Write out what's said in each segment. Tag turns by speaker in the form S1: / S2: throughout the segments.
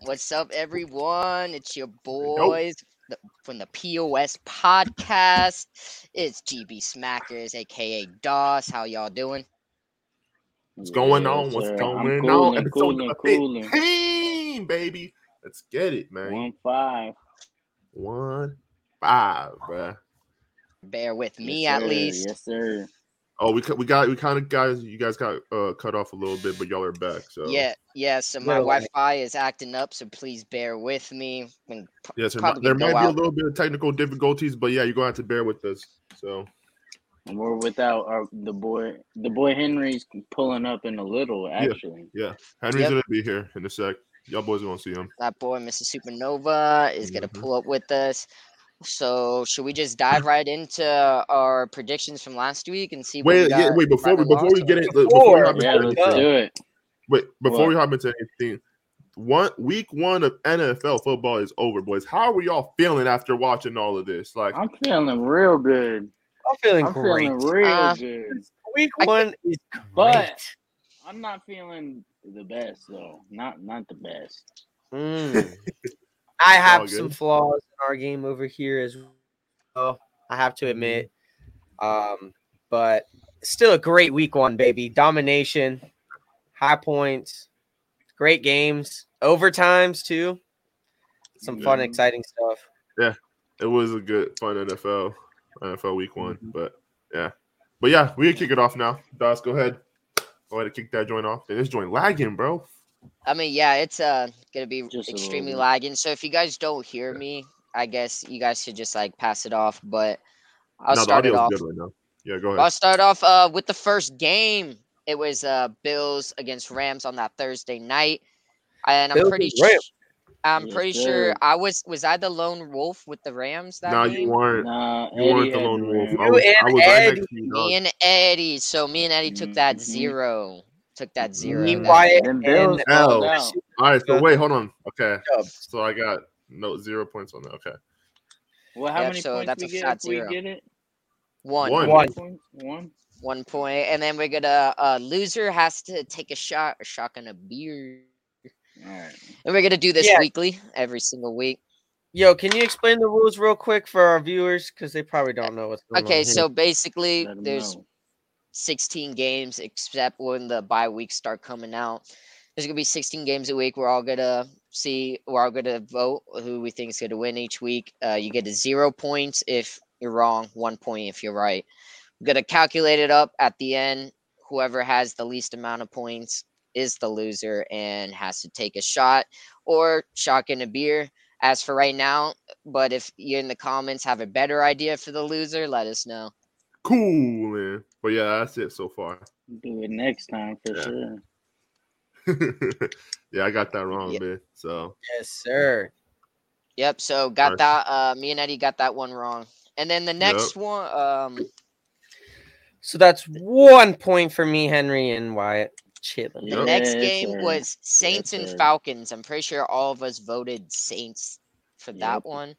S1: What's up, everyone? It's your boys th- from the POS podcast. It's GB Smackers, aka DOS. How y'all doing?
S2: What's going on?
S3: Yes,
S2: What's
S3: sir.
S2: going
S3: I'm
S2: on?
S3: cooling,
S2: Episode
S3: cooling,
S2: number
S3: cooling.
S2: 15, baby. Let's get it, man. One,
S3: One five.
S2: five, bruh.
S1: Bear with me,
S3: Yes,
S1: at
S3: sir.
S1: least.
S3: Yes, sir.
S2: Oh, we cu- we got we kind of guys. You guys got uh, cut off a little bit, but y'all are back. So
S1: Yeah, yeah. So my
S4: Well, uh,
S1: Wi-Fi is acting up, so please bear with me. And pro-
S2: yes, there, mi-
S1: probably
S2: there
S1: go
S2: might be a
S1: out.
S2: little bit of technical difficulties, but yeah, you're gonna have to bear with us. So
S3: And we're without our the boy. The boy Henry's pulling up in a little. Actually,
S2: Henry's
S1: Yep.
S2: gonna be here in a sec. Y'all boys are gonna see him.
S1: that boy, Mr. Supernova, is gonna
S3: Mm-hmm.
S2: Mhm.
S1: pull up with us. So should we just dive right into our predictions from last week and see? what we
S2: Wait, yeah,
S1: got
S2: wait. Before
S1: right
S2: we before
S1: along?
S2: we get it, look, before we
S4: Before,
S2: hop into
S3: yeah. Let's
S2: anything,
S3: do it.
S2: Wait, before
S3: What?
S2: we hop into anything, one week one of NFL football is over, boys. How are y'all feeling after watching all of this? Like,
S3: I'm feeling real good.
S4: I'm feeling
S3: I'm
S4: great.
S3: feeling real
S1: Uh,
S3: good.
S4: Week
S1: I-
S4: one is
S3: But-
S4: great.
S3: I'm not feeling the best though. Not not the best.
S4: Mm. I have
S2: all
S4: some
S2: good.
S4: flaws in our game over here as well. I have
S3: Mm-hmm.
S4: to admit, um, but still a great week one, baby. Domination, high points, great games, overtimes too. Some fun,
S3: Yeah.
S4: exciting stuff.
S2: it was a good, fun NFL NFL week one, but yeah, but yeah, we can kick it off now. Dos, go ahead, go ahead and kick that joint off. Dude, This joint lagging, bro.
S1: I mean, yeah, it's uh gonna be
S3: Just a little
S1: extremely
S3: bit.
S1: lagging. So if you guys don't hear me, I guess you guys should just like pass it off. But I'll
S2: no, the
S1: start it
S2: audio's
S1: off.
S2: good right now. Yeah, go
S1: I'll
S2: ahead.
S1: start off uh with the first game. It was uh Bills against Rams on that Thursday night, and I'm
S4: Bills
S1: pretty
S4: and Rams.
S1: sh- I'm
S3: Yes,
S1: pretty
S3: sir.
S1: sure I was was I the lone wolf with the Rams that
S2: No,
S1: game?
S2: you weren't.
S3: Nah,
S2: You weren't the
S3: Eddie
S2: lone wolf.
S3: Edwards.
S2: I was, I
S4: and
S2: was right
S4: Eddie.
S2: next to you, Dos.
S1: Me and Eddie. So me and Eddie took that
S3: Mhm.
S1: zero. Took that
S2: Mhm.
S1: zero.
S4: Me,
S1: that
S4: Wyatt,
S1: game.
S3: Them Bills
S4: and
S2: fell
S4: uh,
S3: out.
S2: All right, so wait, hold on. Okay,
S4: Chubbs.
S2: so I got no zero points on that. Okay.
S3: Well, how
S1: Yeah,
S3: many
S1: so
S3: points
S1: that's
S3: we
S1: a
S3: get
S1: fat
S3: if we
S1: zero.
S3: get it?
S1: One.
S2: One.
S4: One.
S3: Points? One.
S1: One point, and then we're gonna uh loser has to take a shot, a shotgun, a beer,
S3: All right.
S1: and we're gonna do this
S4: Yeah.
S1: weekly every single week.
S4: Yo, can you explain the rules real quick for our viewers because they probably don't know what's going on?
S1: Okay,
S4: here.
S1: so basically,
S3: Let 'em
S1: there's
S3: know.
S1: 16 games, except when the bye weeks start coming out. There's gonna be 16 games a week. We're all gonna see. We're all gonna vote who we think is gonna win each week. Uh, you get a zero points if you're wrong, one point if you're right. We're gonna calculate it up at the end. Whoever has the least amount of points is the loser and has to take a shot or shotgun a beer. As for right now, but if you in the comments have a better idea for the loser, let us know.
S2: Cool, man. But yeah, that's it so far.
S3: do it next time for
S2: Yeah.
S3: sure.
S2: yeah, I got that wrong,
S1: Yeah.
S2: man. So
S4: yes, sir.
S1: Yep. So got
S2: Right.
S1: that. Uh, me and Eddie got that one wrong. And then the next one, um,
S4: So that's one point for me, Henry and Wyatt. Chilling.
S1: the
S2: Yep.
S1: next
S3: Yes,
S1: game
S3: sir.
S1: was Saints and
S3: sir.
S1: Falcons. I'm pretty sure all of us voted Saints for
S3: Yep.
S1: that one.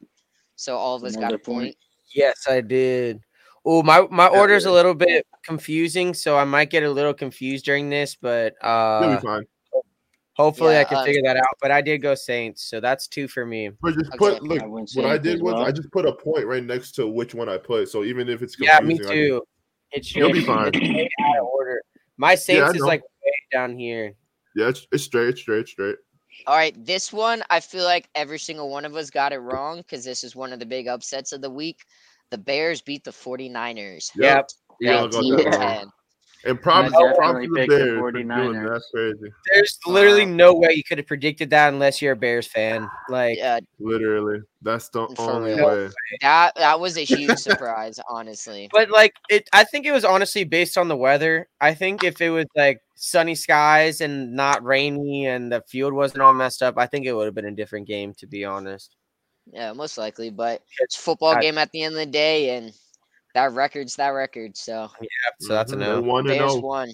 S1: So all of us got
S3: Another
S1: a point.
S4: Yes, I did. Oh, my my order's a
S2: yeah.
S4: little bit confusing, so I might get a little confused during this, but
S2: you'll
S4: uh
S2: be fine.
S4: hopefully I
S1: Yeah,
S4: can
S1: uh,
S4: figure that out. But I did go Saints, so that's two for me.
S2: But just
S1: Okay.
S2: put look.
S3: I went
S2: What I
S3: Saints
S2: did
S3: as
S2: was
S3: well.
S2: I just put a point right next to which one I put. So even if it's
S4: Yeah,
S2: confusing,
S4: me
S2: I-
S4: too. It's
S2: You'll be
S4: it's
S2: fine.
S4: way out of order. My Saints is
S2: know.
S4: like way down here.
S2: yeah, it's, it's straight, it's straight, it's straight.
S1: All right, this one I feel like every single one of us got it wrong because this is one of the big upsets of the week. The Bears beat the 49ers.
S4: Yep.
S2: Yeah, I got that
S1: 19 to
S2: wrong.
S1: 10.
S2: And probably,
S3: definitely
S2: probably the
S3: picked the
S2: Bears for doing
S3: 49ers.
S2: that. That's crazy.
S4: There's literally no way you could have predicted that unless you're a Bears fan. Like
S1: Yeah,
S2: Literally, that's the
S1: For
S2: only
S1: real.
S2: way.
S1: that that was a huge surprise, honestly.
S4: But like it, I think it was honestly based on the weather. I think if it was like sunny skies and not rainy and the field wasn't all messed up, I think it would have been a different game. To be honest,
S1: Yeah, most likely. But it's a football
S4: I-
S1: game at the end of the day, and that record's that record. So
S4: so that's a
S2: Mhm,
S4: no.
S2: they won and
S1: Bears
S2: oh.
S1: won.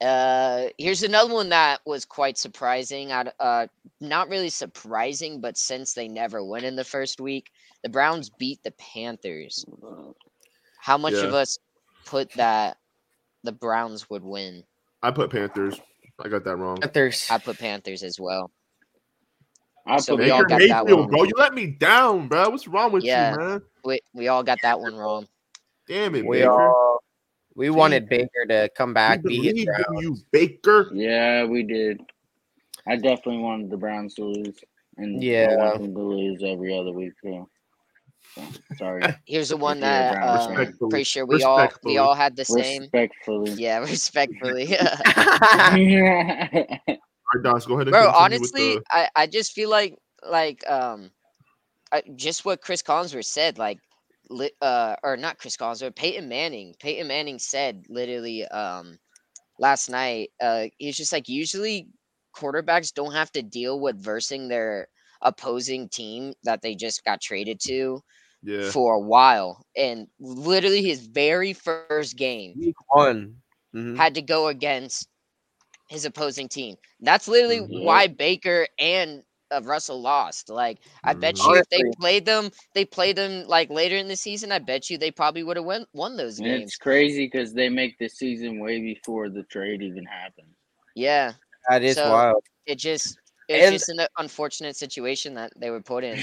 S1: Uh, here's another one that was quite surprising. I, uh, not really surprising, but since they never win in the first week, the Browns beat the Panthers. How much of
S2: Yeah.
S1: us put that the Browns would win?
S2: I put Panthers. I got that wrong.
S4: Panthers.
S1: I put Panthers as well.
S3: I
S1: So
S3: put
S1: we all
S2: Baker
S1: got
S3: Baker-
S1: that
S2: Mayfield,
S1: one.
S2: bro, you let me down, bro. What's wrong with
S1: Yeah.
S2: you, man?
S1: We, we all got that one wrong.
S2: Damn it,
S4: We
S2: Baker.
S4: all we
S2: Damn.
S4: wanted Baker to come
S2: I
S4: back, beat his
S2: believe
S4: Browns.
S2: in you, Baker.
S3: Yeah, we did. I definitely wanted the Browns to lose, and I
S4: Yeah.
S3: want them to lose every other week too. So, sorry,
S1: Here's the one
S3: you're a
S1: that
S3: Browns
S1: uh,
S2: fan.
S1: pretty sure we all
S2: Respectfully.
S1: we all had the same.
S3: respectfully.
S1: Yeah, respectfully.
S2: All right, Dos, go ahead and
S1: Bro,
S2: continue with
S1: honestly,
S2: the-
S1: I, I just feel like like um I, just what Chris Collinsworth said, like li- uh or not Chris Collinsworth, Peyton Manning. Peyton Manning said literally um last night, uh he's just like usually quarterbacks don't have to deal with versing their opposing team that they just got traded to
S2: yeah.
S1: for a while. And literally his very first game
S4: Week one. Mhm.
S3: Mm-hmm.
S1: had to go against his opposing team. That's literally
S3: Mm-hmm.
S2: Mhm.
S1: why Baker and uh, Russell lost. Like I bet you if they
S4: Honestly.
S1: played them, they played them like later in the season. I bet you they probably would have won won those games.
S3: It's crazy because they make the season way before the trade even happens.
S1: Yeah,
S4: That is
S1: So-
S4: wild.
S1: it just it's
S4: And-
S1: just an unfortunate situation that they were put in.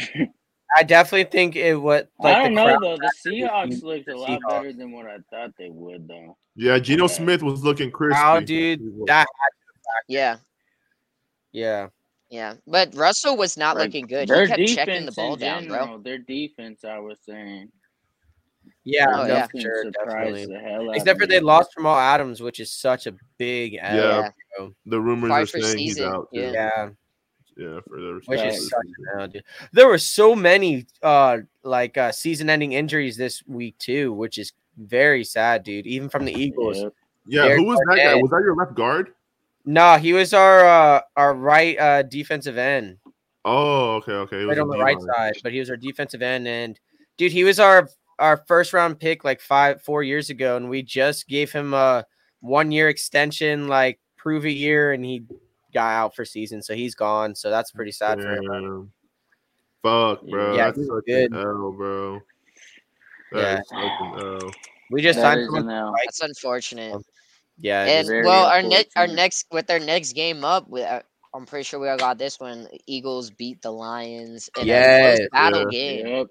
S4: I definitely think it what like
S3: I don't
S4: the
S3: know
S4: crowd-
S3: though. The Seahawks
S4: beat
S3: looked a
S4: the
S3: lot
S4: Seahawks.
S3: better than what I thought they would though.
S2: Yeah, Geno
S3: Okay.
S2: Smith was looking crispy.
S4: crowd, dude. That
S1: Yeah,
S4: yeah.
S1: yeah. But Russell was not
S3: Like,
S1: looking good.
S3: Their
S1: He kept
S3: defense
S1: checking the ball
S3: in
S1: down, bro.
S3: general, Their defense, I was saying,
S4: Yeah,
S1: Oh,
S4: no,
S1: yeah.
S4: for sure, definitely.
S3: the hell out
S4: Except for
S3: of
S4: they
S3: me.
S4: lost Jamal Adams, which is such a big L.
S2: Yeah.
S1: Yeah.
S2: the rumors
S1: Probably
S2: are
S1: for
S2: saying he's
S1: season,
S2: out. too.
S1: yeah.
S4: yeah.
S2: Yeah, for the
S4: which
S3: Right.
S2: rest of
S4: is
S2: the
S4: such
S2: season.
S4: an L, dude. There were so many uh like uh season-ending injuries this week too, which is very sad, dude. Even from the Eagles.
S3: Yep.
S2: Yeah,
S4: Derek
S2: who was that guy?
S4: Barnett.
S2: Was that your left guard?
S4: Nah, he was our uh our right uh defensive end,
S2: Oh, okay, okay. It was
S4: right
S2: a
S4: on the
S2: D
S4: right
S2: line.
S4: side, but he was our defensive end, and dude, he was our our first round pick like five four years ago, and we just gave him a one year extension, like prove a year, and he got out for season, so he's gone. So that's pretty sad for him.
S2: Damn. Fuck, bro.
S4: Yeah,
S2: That's
S4: he was
S2: such
S4: good.
S2: an L, bro. That is such an L.
S4: We just
S3: That
S4: signed
S3: is an
S4: him.
S3: L.
S1: That's unfortunate.
S4: Yeah, it
S1: And
S4: is.
S3: very
S1: well, our next our
S3: unfortunate.
S1: next with our next game up, we, uh, I'm pretty sure we all got this one. Eagles beat the Lions in a
S4: Yes.
S1: close battle
S2: Yeah.
S1: game.
S3: Yep.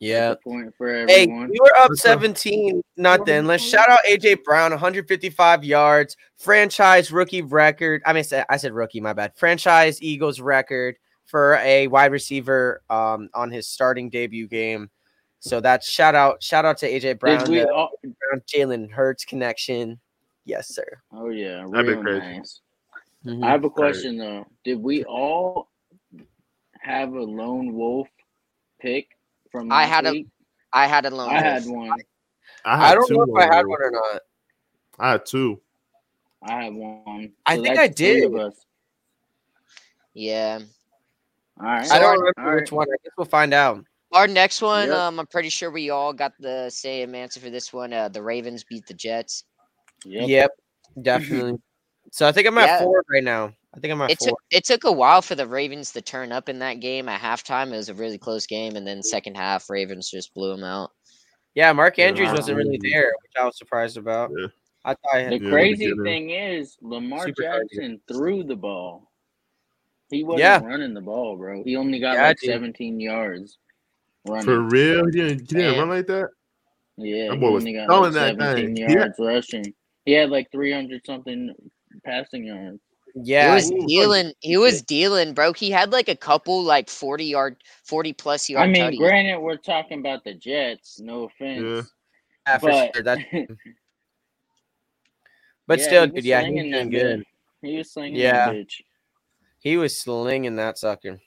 S4: yeah.
S3: Point for
S4: Hey,
S3: everyone.
S4: we were up
S2: Let's go.
S4: 17 nothing. Let's shout out AJ Brown, 155 yards, franchise rookie record. I mean, I said- I said rookie, my bad. Franchise Eagles record for a wide receiver um, on his starting debut game. So that's shout out, shout out to AJ Brown,
S3: Did we
S4: the
S3: all,
S4: Brown Jalen Hurts connection. Yes, sir.
S3: oh yeah,
S2: That'd be
S3: real
S2: crazy.
S3: nice.
S4: Hmm.
S3: I have a question though. Did we all have a lone wolf pick from?
S1: I
S3: last
S1: had a-
S3: week?
S1: I had a lone.
S3: I had
S1: wolf.
S3: one.
S2: I, had
S4: I don't
S2: two
S4: know if I had
S2: bro.
S4: one or not.
S2: I had two.
S3: I had one.
S4: I
S3: So
S4: think
S3: that's
S4: I
S3: three of
S4: did.
S3: us.
S1: Yeah.
S3: All right.
S4: I don't
S3: All
S4: remember
S3: right.
S4: which one. I guess we'll find out.
S1: Our next one,
S3: Yep.
S1: um, I'm pretty sure we all got the same answer for this one. Uh, the Ravens beat the Jets.
S3: Yep.
S4: Yep, definitely. so I think I'm at
S1: Yeah.
S4: four right now. I think I'm at
S1: It
S4: four.
S1: took it took a while for the Ravens to turn up in that game. At halftime, it was a really close game, and then second half, Ravens just blew them out.
S4: Yeah, Mark
S2: Yeah,
S4: Andrews
S3: I
S4: wasn't
S2: agree
S4: really
S2: with you.
S4: there, which I was surprised about.
S2: Yeah.
S4: I thought I
S3: The
S4: had,
S2: Yeah,
S3: crazy
S2: beginning.
S3: thing is, Lamar
S4: Super crazy.
S3: Jackson threw the ball. He wasn't
S4: Yeah.
S3: running the ball, bro. He only got
S4: Yeah,
S3: like
S4: dude.
S3: 17 yards running.
S2: For real? He didn't, he didn't
S1: Yeah.
S2: run like that?
S3: Yeah,
S2: That
S3: he
S2: boy was
S3: only got
S2: throwing
S3: like
S2: that
S3: 17
S2: thing.
S3: yards rushing. He had like 300 something passing yards.
S1: he
S4: yeah,
S1: was
S2: Ooh, fuck.
S1: dealing. He was dealing, bro. He had like a couple like 40 yard, 40 plus yard.
S3: I mean,
S1: tutties.
S3: granted, we're talking about the Jets. No offense,
S4: yeah, for
S3: but
S4: sure. That's,
S3: yeah,
S4: but
S3: he
S4: still,
S3: was
S4: dude, yeah, he
S3: slinging
S4: was doing
S3: that bitch.
S4: good.
S3: He was slinging
S4: Yeah.
S3: that bitch.
S4: He was slinging that sucker.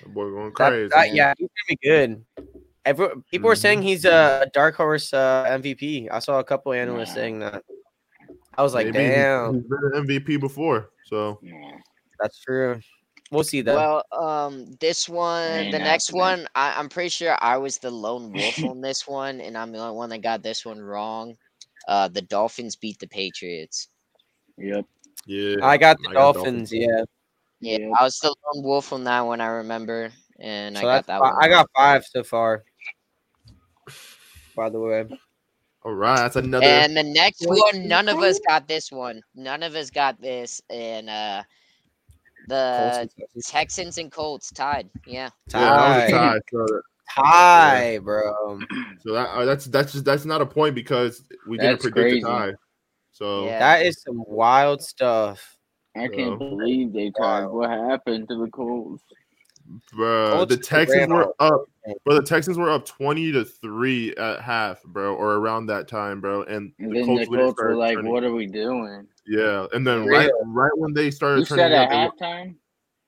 S2: That boy going
S4: That-
S2: crazy.
S4: that- yeah, he's gonna be good. Every, people are saying
S2: Mhm.
S4: he's a dark horse uh, MVP. I saw a couple analysts
S3: Nah.
S4: saying that. I was like,
S2: Maybe he's-
S4: damn,
S2: He's been an MVP before, so
S3: Nah.
S4: that's true. We'll see though.
S1: Well, um, this one,
S3: Ain't
S1: the next
S3: happening.
S1: one, I, I'm pretty sure I was the lone wolf on this one, and I'm the only one that got this one wrong. Uh, the Dolphins beat the Patriots.
S3: Yep.
S2: yeah.
S4: I got the
S2: I got
S4: Dolphins. Yeah,
S1: Yeah,
S3: Yep.
S1: I was the lone wolf on that one. I remember, and I
S4: so
S1: got
S4: that's
S1: that
S4: fi-
S1: one.
S4: I got five so far. By the way,
S2: All right, that's another.
S1: And the next
S4: Wait,
S1: one, none of us got this one. None of us got this, and uh, The Texans and Colts tied. Yeah.
S2: Yeah, that was a
S4: Tie.
S2: tie, so,
S4: Tie, bro.
S2: so that uh, that's that's just that's not a point because we didn't
S3: That's
S2: predict
S3: crazy.
S2: a tie. So
S1: Yeah.
S4: That is some wild stuff.
S3: I can't
S2: So-
S3: believe they tied. What happened to the Colts?
S2: Bruh,
S4: Colts
S2: the
S4: just
S2: Texans
S4: ran
S2: were up, bro. The Texans were up twenty to three at half, bro, or around that time, bro. And,
S3: And
S2: the
S3: then
S2: Colts,
S3: the Colts were like,
S2: turning.
S3: "What are we doing?"
S2: Yeah, and then
S4: Really?
S2: right, right when they started
S3: You
S2: turning
S3: said
S2: it up,
S3: at
S2: they were-
S3: halftime.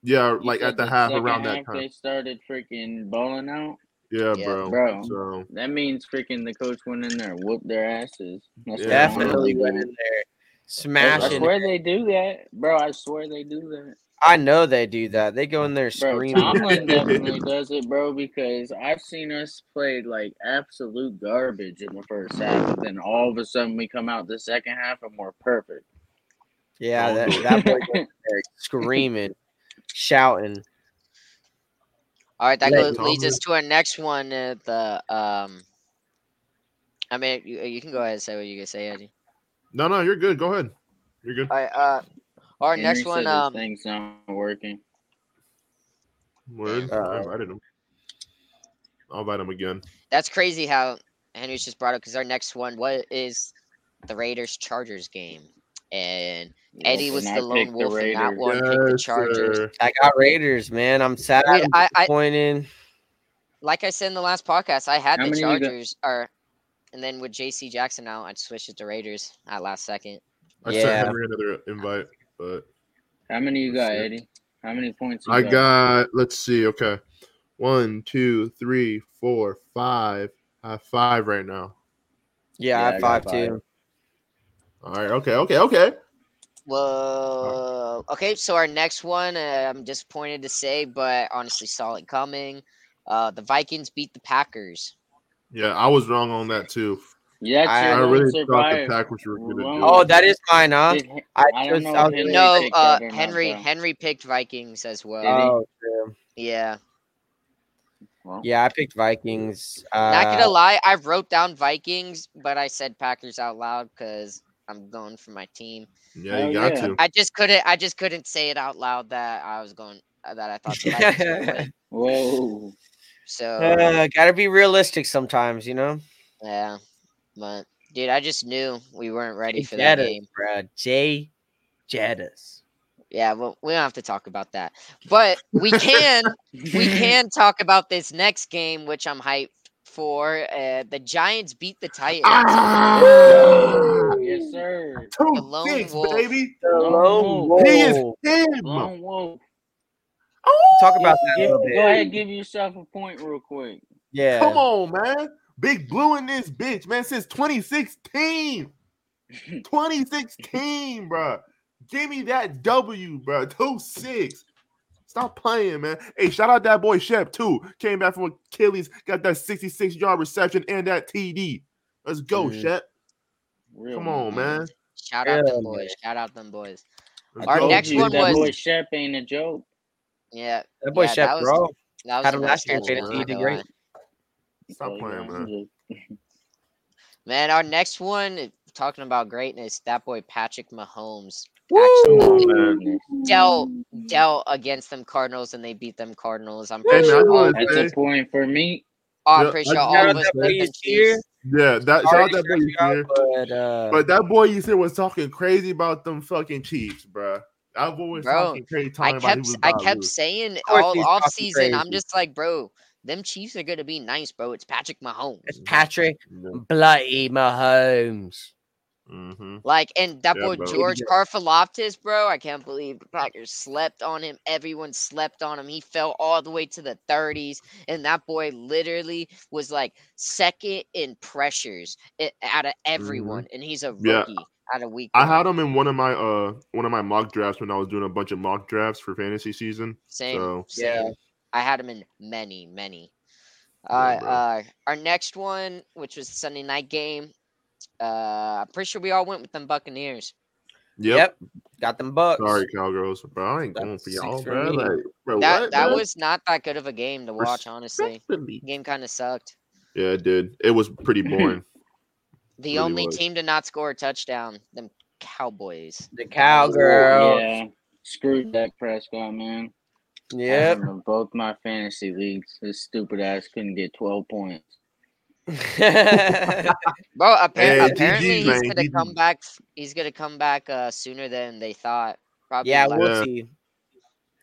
S2: yeah,
S3: You
S2: like
S3: said
S2: at the half
S3: second
S2: around that
S3: half,
S2: time.
S3: They started freaking balling out.
S2: Yeah,
S1: Yeah.
S2: bro.
S3: Bro.
S2: So
S3: That means freaking the coach went in there, whooped their asses. That's what
S2: Yeah.
S3: I'm
S4: Definitely
S3: doing.
S4: went in there,
S3: I
S4: smashing.
S3: swear they do that, bro. I swear they do that.
S4: I know they do that. They go in there
S3: Bro,
S4: screaming.
S3: Tomlin definitely does it, bro, because I've seen us play like absolute garbage in the first half, and then all of a sudden we come out the second half and we're perfect.
S4: Yeah,
S2: Don't
S4: that,
S2: do it.
S4: that boy went in there screaming, shouting.
S1: All right, that
S4: Yeah,
S1: goes, leads
S2: Tomlin.
S1: us to our next one. uh, the um, I mean, you, you can go ahead and say what you can say, Eddie.
S2: no, no, you're good. Go ahead. You're good.
S1: All right, uh, our next one.
S3: Henry said his
S1: Um,
S3: thing's not working.
S2: Word.
S4: Uh,
S2: I invited him. I'll invite him again.
S1: that's crazy how Henry's just brought up because our next one what is the Raiders Chargers game, and Eddie was
S3: And
S1: the
S3: I
S1: lone
S3: picked the
S1: wolf in that
S3: Raiders.
S1: one. Pick the
S2: Yes,
S1: Chargers.
S2: sir.
S4: I got Raiders, man. I'm sad.
S1: Dude, I-
S4: I'm
S1: I-
S4: disappointed.
S1: Like I said in the last podcast, I had
S3: How
S1: the
S3: many you got?
S1: Chargers, or and then with J.C. Jackson now, I switched it to Raiders at last second.
S2: I
S4: Yeah.
S2: sent Henry another invite, but
S3: How many you got,
S2: That's it.
S3: Eddie? How many points? You
S2: I got. Let's see. Okay, one, two, three, four, five. I have five right now.
S4: Yeah,
S3: Yeah,
S4: I
S3: I
S4: have
S3: got
S4: five too.
S2: All right. Okay. Okay. Okay.
S1: Well, okay. So our next one, uh, I'm disappointed to say, but honestly, saw it coming. Uh, the Vikings beat the Packers.
S2: Yeah, I was wrong on that too.
S3: Yeah,
S4: I-
S2: I
S3: that's your
S2: really
S3: answer,
S2: thought the
S3: Byron.
S2: Packers were going to do.
S4: Oh,
S2: it.
S4: that is mine, huh?
S3: Did Hen-
S4: I
S3: I
S4: just-
S3: don't know
S4: I
S3: if
S4: was-
S3: Henry
S1: No,
S3: picked
S1: uh,
S3: that or not,
S1: Henry
S3: though.
S1: Henry picked Vikings as well.
S3: Did he?
S4: Oh, true.
S1: yeah,
S3: Well,
S4: yeah, I picked Vikings. Uh,
S1: not gonna lie, I wrote down Vikings, but I said Packers out loud because I'm going for my team.
S2: Yeah,
S3: Oh,
S2: you got
S3: yeah.
S2: to.
S1: I just couldn't, I just couldn't say it out loud that I was going that I thought. The Vikings were gonna win.
S3: Whoa.
S1: So
S4: uh, gotta be realistic sometimes, you know.
S1: yeah, but dude, I just knew we weren't ready
S4: Jay
S1: for that
S4: Jettas,
S1: game.
S4: bruh. Jay Jettas.
S1: Yeah, well, we don't have to talk about that, but we can we can talk about this next game, which I'm hyped for. Uh, the Giants beat the Titans.
S2: Ah!
S3: Yes, sir.
S1: The
S2: Two
S1: lone
S2: six,
S1: wolf.
S2: baby.
S4: The
S3: Lone
S4: lone
S3: Wolf.
S2: He is
S4: wolf.
S2: him.
S3: Lone Wolf.
S4: Oh. Talk about that a
S3: Give,
S4: little
S3: go
S4: bit.
S3: ahead, give yourself a point real quick.
S4: Yeah.
S2: Come on, man. Big Blue in this bitch, man, since 2016. 2016, bro. Give me that W, bro. 2 6. Stop playing, man. Hey, shout out that boy Shep, too. Came back from Achilles, got that 66 yard reception and that TD. Let's go,
S4: Mhm.
S2: Shep.
S3: Real
S2: Come on, man.
S1: Shout out
S4: Yeah,
S1: them boys.
S4: man.
S1: Shout out them boys.
S2: Let's
S1: Our
S2: go.
S1: next
S3: Told you
S1: one
S3: that
S1: was-
S3: boy Shep ain't a joke.
S1: Yeah,
S4: That boy
S1: Yeah,
S4: Shep,
S1: that was-
S4: bro.
S1: that was
S4: Had
S1: a
S4: him
S1: nice
S4: last year,
S1: stretch,
S2: traded
S1: I'm
S2: to
S1: not
S4: the
S1: gonna
S4: great.
S1: lie.
S2: Stop playing, man.
S1: Man, our next one talking about greatness. That boy Patrick Mahomes
S2: Come
S1: actually
S2: on, man.
S1: dealt dealt against them Cardinals, and they beat them Cardinals. I'm
S2: Hey,
S1: pretty
S2: man, I
S1: sure.
S2: just
S1: all-
S2: want to
S3: That's
S2: say,
S3: a point for me.
S1: Oh, I'm
S2: Yeah,
S1: pretty
S2: I
S1: sure
S2: just
S1: all
S2: wanna
S1: of us
S2: say-
S1: put them
S4: Please cheer.
S1: Chiefs.
S2: yeah, that, shout
S4: Sorry
S2: out
S4: to
S2: that boy
S4: stress you out,
S2: here.
S4: but, uh,
S2: But that boy you said was talking crazy about them fucking Chiefs, bruh. That boy was
S1: Bro,
S2: talking crazy.
S1: I
S2: Talking about he
S1: kept
S2: was
S1: I
S2: about to
S1: kept
S2: lose.
S1: saying
S4: course
S1: all
S4: he's
S1: off
S4: talking
S1: season. I'm
S4: crazy.
S1: just like, bro, them Chiefs are gonna be nice, bro. It's Patrick Mahomes.
S4: it's Patrick Bloody Mahomes.
S2: Mm-hmm.
S1: Like, and that
S2: Yeah,
S1: boy
S2: bro.
S1: George Karfaloftis, bro. I can't believe the Packers slept on him. Everyone slept on him. He fell all the way to the 30s, and that boy literally was like second in pressures i- out of everyone, and he's a
S2: Mm-hmm. Yeah.
S1: rookie out of week.
S2: I
S1: one.
S2: had him in one of my uh one of my mock drafts when I was doing a bunch of mock drafts for fantasy season.
S1: Same,
S2: So-
S1: same.
S4: Yeah.
S1: I had him in many, many.
S2: Yeah,
S1: Uh,
S2: bro.
S1: uh, our next one, which was Sunday night game, uh, I'm pretty sure we all went with them Buccaneers.
S2: Yep.
S4: Got them bucks.
S2: Sorry, Cowgirls, bro. I ain't going
S4: That's
S2: for
S4: six
S2: y'all,
S4: for
S2: bro.
S4: me.
S2: Like, bro,
S1: That
S2: what,
S1: that
S2: bro?
S1: was not that good of a game to watch, honestly.
S2: Respectfully.
S1: Game kind of sucked.
S2: Yeah, it did. It was pretty boring.
S1: The
S2: Really
S1: only
S2: was.
S1: team to not score a touchdown, them Cowboys.
S4: The cowgirl.
S3: Yeah. Screw that Prescott, man. I
S4: Yep.
S3: had him in both my fantasy leagues. His stupid ass couldn't get 12 points.
S1: Bro, appar-
S2: Hey, GG,
S1: apparently he's
S2: man,
S1: gonna
S2: GG.
S1: come back. He's gonna come back uh, sooner than they thought. Probably
S4: yeah,
S1: like-
S4: we'll
S2: Yeah.
S4: see.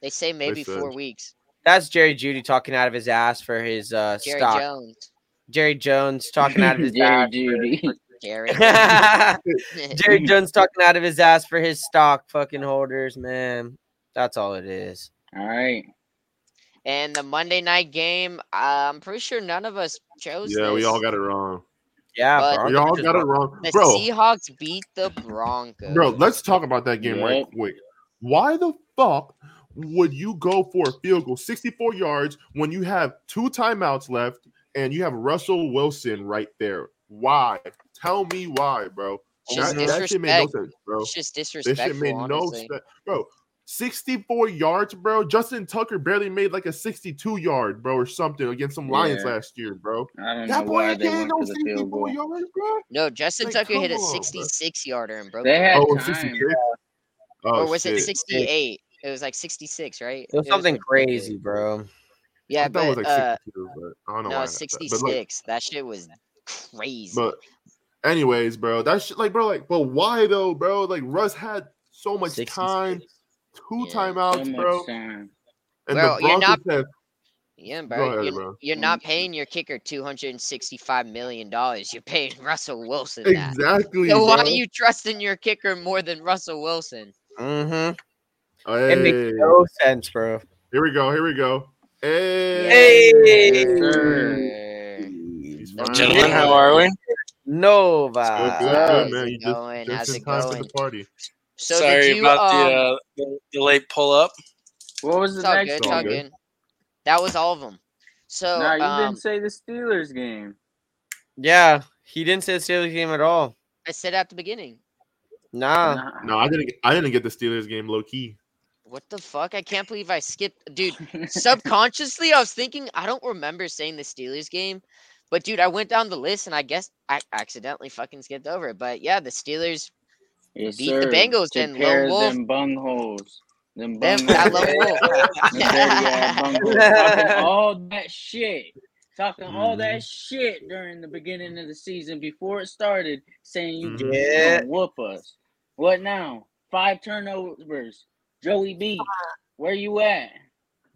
S1: they say maybe four
S2: said.
S1: weeks.
S4: That's Jerry Judy talking out of his ass for his uh,
S1: Jerry
S4: stock.
S1: Jones,
S4: Jerry Jones talking out of his
S3: Jerry
S4: ass.
S3: Judy.
S1: Jerry.
S4: Jerry
S2: Mm.
S4: Jones talking out of his ass for his stock fucking holders, man. That's all it is.
S3: All right.
S1: and the Monday night game, uh, I'm pretty sure none of us chose.
S2: Yeah, we
S1: this.
S2: all got it wrong.
S4: Yeah,
S1: But-
S4: bro.
S2: We all got it wrong,
S1: The
S2: bro.
S1: Seahawks beat the Broncos.
S2: Bro, let's talk about that game right
S3: Yep.
S2: quick. Why the fuck would you go for a field goal 64 yards when you have two timeouts left and you have Russell Wilson right there? Why? Tell me why, bro.
S1: It's
S2: That,
S1: just
S2: that shit made no
S1: disrespect.
S2: sense, bro.
S1: It's just
S2: This shit
S1: disrespectful.
S2: made no
S1: honestly.
S2: sense, bro. 64 yards, bro. Justin Tucker barely made like a 62 yard, bro, or something against some Lions
S3: Yeah.
S2: last year, bro.
S3: I don't
S2: That
S3: know
S2: boy
S3: why
S2: ain't
S3: they
S2: getting
S3: went
S2: no
S3: for the field
S2: 64
S3: goal.
S2: yards, bro.
S1: No, Justin
S2: Like,
S1: Tucker hit a
S2: come on, bro.
S1: 66 yarder and broke.
S3: They
S1: it.
S3: had
S2: Oh, and
S3: time.
S2: 66?
S1: or
S2: Oh,
S1: was
S2: shit.
S1: it 68? It was like 66, right?
S4: It was something crazy, bro.
S1: Yeah,
S2: that was
S1: but
S2: like
S1: uh,
S2: 62, but I don't know. why
S1: no,
S2: I got that. But, like,
S1: 66. That shit was crazy.
S2: but anyways, bro, that shit, like, bro, like, but why though, bro? Like, Russ had so much
S4: 66.
S2: time,
S1: Yeah,
S2: two
S1: so
S3: So
S2: timeouts,
S3: much
S2: bro,
S3: time.
S2: and
S1: Well,
S2: the
S1: you're
S2: Broncos
S1: not-
S2: have
S1: yeah,
S2: Go
S1: bro.
S2: ahead,
S1: you're,
S2: bro.
S1: you're not paying your kicker 265 million dollars. You're paying Russell Wilson that.
S2: exactly.
S1: So why
S2: bro.
S1: are you trusting your kicker more than Russell Wilson?
S4: Mm-hmm. It
S2: Hey,
S4: makes no sense, bro.
S2: here we go. Here we go. Hey,
S4: Hey.
S1: Sir.
S2: He's
S1: No Gentlemen,
S2: fine.
S5: Gentlemen, how are we?
S2: Good,
S4: Nova.
S2: good,
S1: how's
S2: good, man.
S1: it
S2: You
S1: going?
S2: just,
S1: How's
S2: just
S1: it
S2: in time for
S1: going?
S2: the party.
S1: So
S5: Sorry
S1: did you
S5: about
S1: um,
S5: the, uh, the the late pull up.
S3: What was the
S1: It's all
S3: next
S1: good. It's
S2: all
S1: all
S3: one?
S2: good.
S1: good. That was all of them. So
S3: Nah, you
S1: um,
S3: didn't say the Steelers game.
S4: Yeah, he didn't say the Steelers game at all.
S1: I said at the beginning,
S4: Nah.
S3: Nah.
S2: No, I didn't. I didn't get the Steelers game low key.
S1: what the fuck? I can't believe I skipped, dude. subconsciously, I was thinking I don't remember saying the Steelers game, but dude, I went down the list and I guess I accidentally fucking skipped over it. But yeah, the Steelers,
S3: Yes,
S1: Beat the
S3: sir.
S1: Bengals
S3: Took
S1: and Lone
S3: care of
S1: Wolf.
S3: Them bungholes. Them
S1: them,
S3: bungholes.
S1: that lone wolf.
S3: Them dirty ass bungholes. Talking all that shit. Talking all that shit during the beginning of the season before it started, saying you
S2: Mhm.
S4: Yeah.
S3: gonna whoop us. What now? Five turnovers. Joey B, where you at?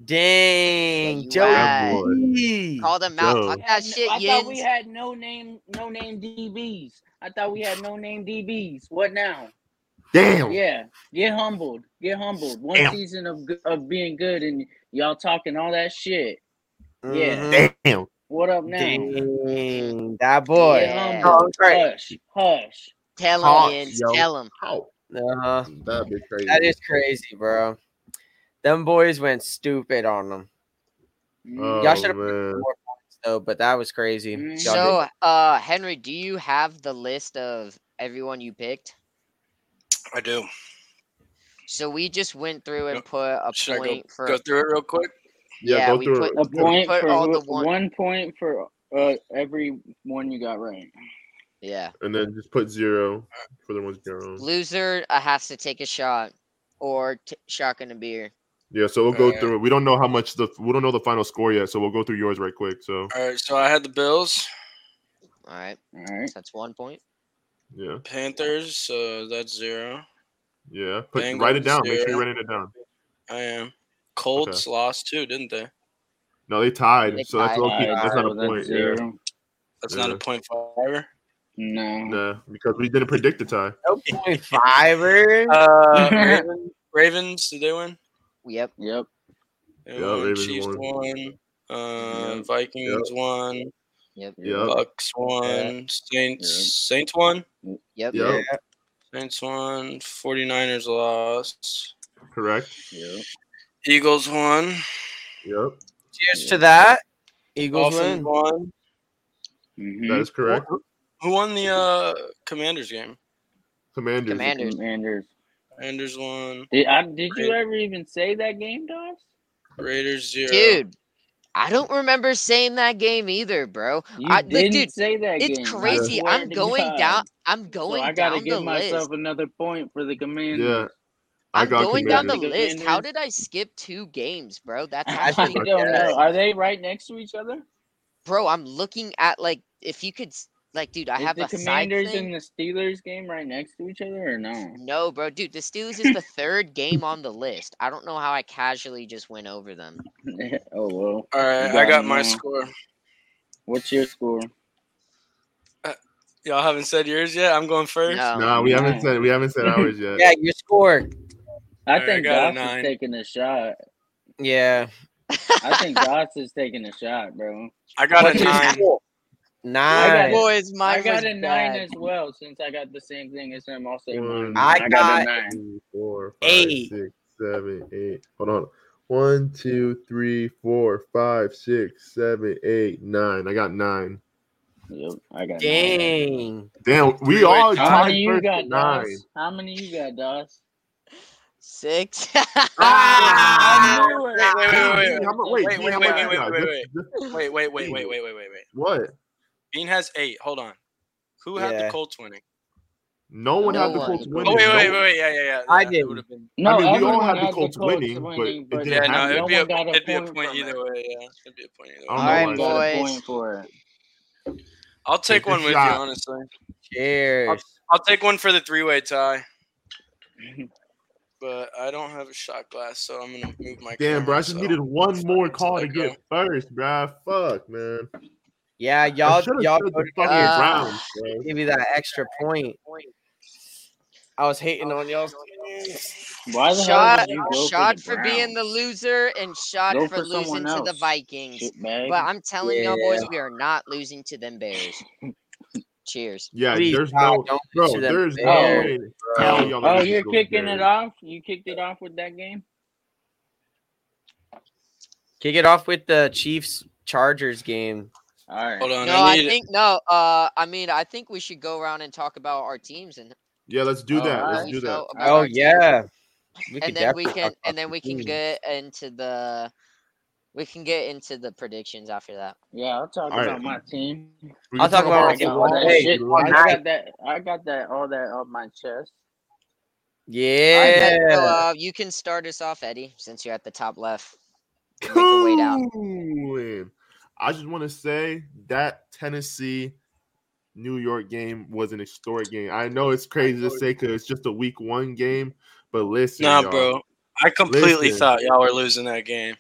S4: Dang.
S1: you
S2: That
S1: Right.
S2: boy.
S4: Joey.
S1: Call them out. Talk
S2: Yo.
S1: that shit,
S3: I thought we
S1: Yins.
S3: had no name, no name DBs. I thought we had no name DBs. What now?
S2: Damn.
S3: Yeah, get humbled. Get humbled. One
S2: Damn.
S3: season of go- of being good and y'all talking all that shit. Yeah.
S4: Mhm.
S2: Damn.
S3: What up now?
S4: Dang. That boy.
S1: Yeah.
S4: Oh, I'm sorry.
S3: Hush, hush.
S1: Tell
S2: Hawks,
S1: them, Yins.
S2: yo.
S1: Tell them.
S2: How?
S4: Uh-huh.
S2: That'd be crazy.
S4: That is crazy, bro. Them boys went stupid on them.
S3: Mm,
S2: Oh,
S1: Uh,
S4: Y'all should have
S2: man.
S4: more points though, but that was crazy.
S3: Mhm.
S4: Y'all
S1: Mm, So,
S4: did-
S1: uh, Henry, do you have the list of everyone you picked?
S5: I do.
S1: So we just went through and
S5: Yep.
S1: put a
S5: Should I go,
S1: point for
S5: go through it real quick?
S2: Yeah,
S1: Yeah,
S2: go
S1: we
S2: through
S1: put-
S2: it.
S3: A
S2: Go through it.
S3: point
S1: Put
S3: for
S1: all
S3: who-
S1: the one-
S3: one point for uh, every one you got right.
S1: yeah.
S2: And then just put zero for the ones you're on.
S1: Loser uh, has to take a shot or t- shotgun a beer.
S2: Yeah, so we'll go
S5: Uh,
S2: through it. We don't know how much the we don't know the final score yet, so we'll go through yours right quick. So
S5: All right. So I had the Bills,
S1: All right,
S3: All right.
S1: so that's one point.
S2: yeah,
S5: Panthers. So that's zero.
S2: yeah. Put, write it
S5: Bengals,
S2: down. Make sure
S5: yeah.
S2: you're writing it down.
S5: I am. Colts lost too, didn't they?
S2: No, they tied,
S1: They
S2: so that's
S1: tied.
S2: low key.
S3: Alright,
S2: That's not
S3: so
S2: a point. Yeah.
S3: zero.
S5: That's not
S2: Yeah.
S5: a point fiver.
S3: No.
S2: Nah, because we didn't predict the tie.
S4: no point fiver.
S5: Uh, Raven, Ravens. Did they win?
S1: Yep.
S3: Yep.
S5: They
S2: Yeah,
S5: won.
S2: Ravens
S5: Chiefs
S2: won.
S5: won. Uh,
S3: Yeah.
S5: Vikings won.
S2: Yeah,
S5: Bucks won. Saints. Saints won.
S1: Yep.
S2: Yeah.
S5: Saints won. 49ers lost.
S2: correct.
S3: Yep.
S5: Eagles won.
S2: Yep,
S4: Cheers to that. Eagles win.
S5: Dolphins won.
S2: that
S3: Mm-hmm.
S2: is correct.
S5: Who won the uh, Commanders game?
S2: Commanders.
S1: Command- Commanders.
S3: Commanders.
S5: Commanders won.
S3: Did, I, did you ever even say that game, Dobbs?
S5: Raiders zero.
S1: Dude, I don't remember saying that game either, bro.
S3: You
S1: I- look,
S3: didn't
S1: dude,
S3: say that
S1: It's
S3: game. I
S1: crazy.
S3: swear
S1: I'm
S3: to
S1: going
S3: God.
S1: down. I'm
S3: So
S1: going
S3: I gotta
S1: down
S3: give
S1: the
S3: myself
S1: list.
S3: another point for the
S2: Yeah,
S3: Commanders.
S2: I
S1: I'm
S2: got
S1: going down the
S3: Commanders.
S1: list. How
S3: Commanders.
S1: did I skip two games, bro? That's
S3: I
S1: actually
S3: don't
S4: guess.
S3: know. Are they right next to each other?
S1: bro. I'm looking at like if you could s- like, dude. I
S3: Is
S1: have
S3: the
S1: a side
S3: Commanders
S1: thing.
S3: and the Steelers game right next to each other or no?
S1: No, bro, dude. The Steelers is the third game on the list. I don't know how I casually just went over them.
S3: oh well.
S5: All right,
S3: You
S5: I
S3: got
S5: got my
S3: more.
S5: score.
S3: What's your score?
S5: Y'all haven't said yours yet. I'm going first.
S1: No.
S2: nah, we haven't
S3: Nah.
S2: said we haven't said ours yet.
S4: Yeah, your score.
S3: I
S5: I
S3: think
S5: got a
S3: Doss is
S5: nine.
S3: taking a shot.
S4: Yeah.
S3: I think Doss is taking a shot, bro.
S5: I got
S4: What's
S5: a
S4: your
S5: nine.
S4: score?
S3: I got-
S4: Nine.
S1: Boys, mine
S3: I got
S1: was
S3: a nine
S1: bad.
S3: as well since I got the same thing as him. I'll say mine.
S2: One,
S4: I
S3: got, a
S4: got-
S3: nine.
S2: two, four, five,
S4: Eight.
S2: six, seven, eight. Hold on. One, two, three, four, five, six, seven, eight, nine. I got nine.
S3: Yep, I got nine.
S4: Dang.
S2: Damn, we
S5: Wait,
S2: all
S3: How
S2: tied
S3: many you
S2: first
S3: got,
S2: at nine.
S3: Doss? How many you got, Doss?
S1: Six.
S5: Ah!
S3: I knew it.
S2: Wait,
S5: Wait, wait, wait, wait, wait.
S2: how mu- wait,
S5: Wait,
S2: Dean,
S5: wait,
S2: how
S5: wait,
S2: much
S5: wait,
S2: you
S5: wait,
S2: got?
S5: wait,
S2: Just-
S5: wait.
S2: just-
S5: Wait, wait, wait, wait, wait, wait, wait, wait.
S2: What?
S5: Bean has eight. Hold on. Who had the
S4: Yeah.
S5: Colts winning?
S2: No one
S1: No
S2: had the
S1: one.
S2: Colts
S3: Oh,
S2: winning.
S5: Oh wait,
S2: No
S5: wait, wait,
S2: one-
S5: wait. Yeah, yeah, yeah.
S4: I
S5: yeah, it
S4: didn't.
S5: would've been-
S3: No,
S2: I mean, we all
S3: everyone
S2: had the
S3: had
S2: Colts winning, but it didn't
S5: Yeah, no,
S2: happen.
S5: it'd be a,
S3: one got
S5: it'd be a
S3: point
S5: point
S3: from
S5: either
S3: it.
S5: way. Yeah, it'd be a point either
S2: I
S5: way.
S2: don't
S1: All
S2: know
S1: right,
S2: why I
S3: Everyone got
S2: said
S3: a
S1: boys.
S3: point for it.
S5: I'll take
S2: Take a
S5: one with you,
S2: shot.
S5: honestly.
S4: Cheers.
S5: I'll take one for the three-way tie. But I don't have a shot glass, so I'm gonna move my.
S2: Damn, bro, I
S5: camera,
S2: just
S5: so-
S2: needed one more call to
S5: Let go.
S2: get first, bro. Fuck, man.
S4: Yeah,
S2: I
S4: y'all
S2: should have
S4: y'all
S2: said the
S4: voted
S2: fucking
S1: Uh,
S2: Browns, bro.
S4: to give you that extra point. I was hating on y'all.
S3: Why the hell
S1: Shot,
S3: did you go
S1: shot
S3: for,
S1: for,
S3: the
S1: being the
S3: Browns?
S1: loser and shot
S3: Go
S1: for,
S3: for someone
S1: losing to the
S3: else.
S1: Vikings.
S3: Shitbag.
S1: But I'm telling y'all, boys,
S4: Yeah.
S1: we are not losing to them Bears. Cheers.
S2: Yeah,
S4: Please,
S2: there's
S4: God,
S2: no,
S4: don't
S2: bro.
S4: listen to them
S2: There's no
S4: Bears,
S2: way. in
S4: bro.
S2: hell y'all are
S3: oh,
S2: losing
S3: you're
S2: to the
S3: kicking
S2: Bears.
S3: it off. You kicked it off with that game.
S4: Kick it off with the Chiefs Chargers game.
S3: All right.
S5: Hold on,
S1: No,
S5: I
S1: I
S5: need.
S1: think no. Uh, I mean, I think we should go around and talk about our teams and
S2: Yeah, let's do
S3: Oh,
S2: that.
S1: how
S2: Let's
S3: alright.
S1: we
S2: do that.
S1: felt about
S4: Oh
S1: our teams.
S4: yeah. We could
S1: and then we
S4: definitely
S1: can
S4: talk about
S1: and then
S4: the
S1: we can
S4: teams.
S1: get into the we can get into the predictions after that.
S3: Yeah, I'll talk
S2: All right.
S3: about my team.
S2: We
S4: I'll
S2: can
S4: talk about
S3: I
S4: Alright,
S3: got
S4: so
S3: all
S4: one
S3: that
S4: day,
S3: shit.
S4: one
S3: I
S4: night.
S3: got that. I got that. All that on my chest.
S1: Okay, so
S4: Yeah.
S1: uh, you can start us off, Eddie, since you're at the top left. Make your way down.
S2: Coolin'. I just want to say that Tennessee New York game was an historic game. I know it's crazy to say because it's just a week one game, but listen,
S5: Nah,
S2: y'all.
S5: bro. I completely
S2: Listen.
S5: thought y'all were losing that game.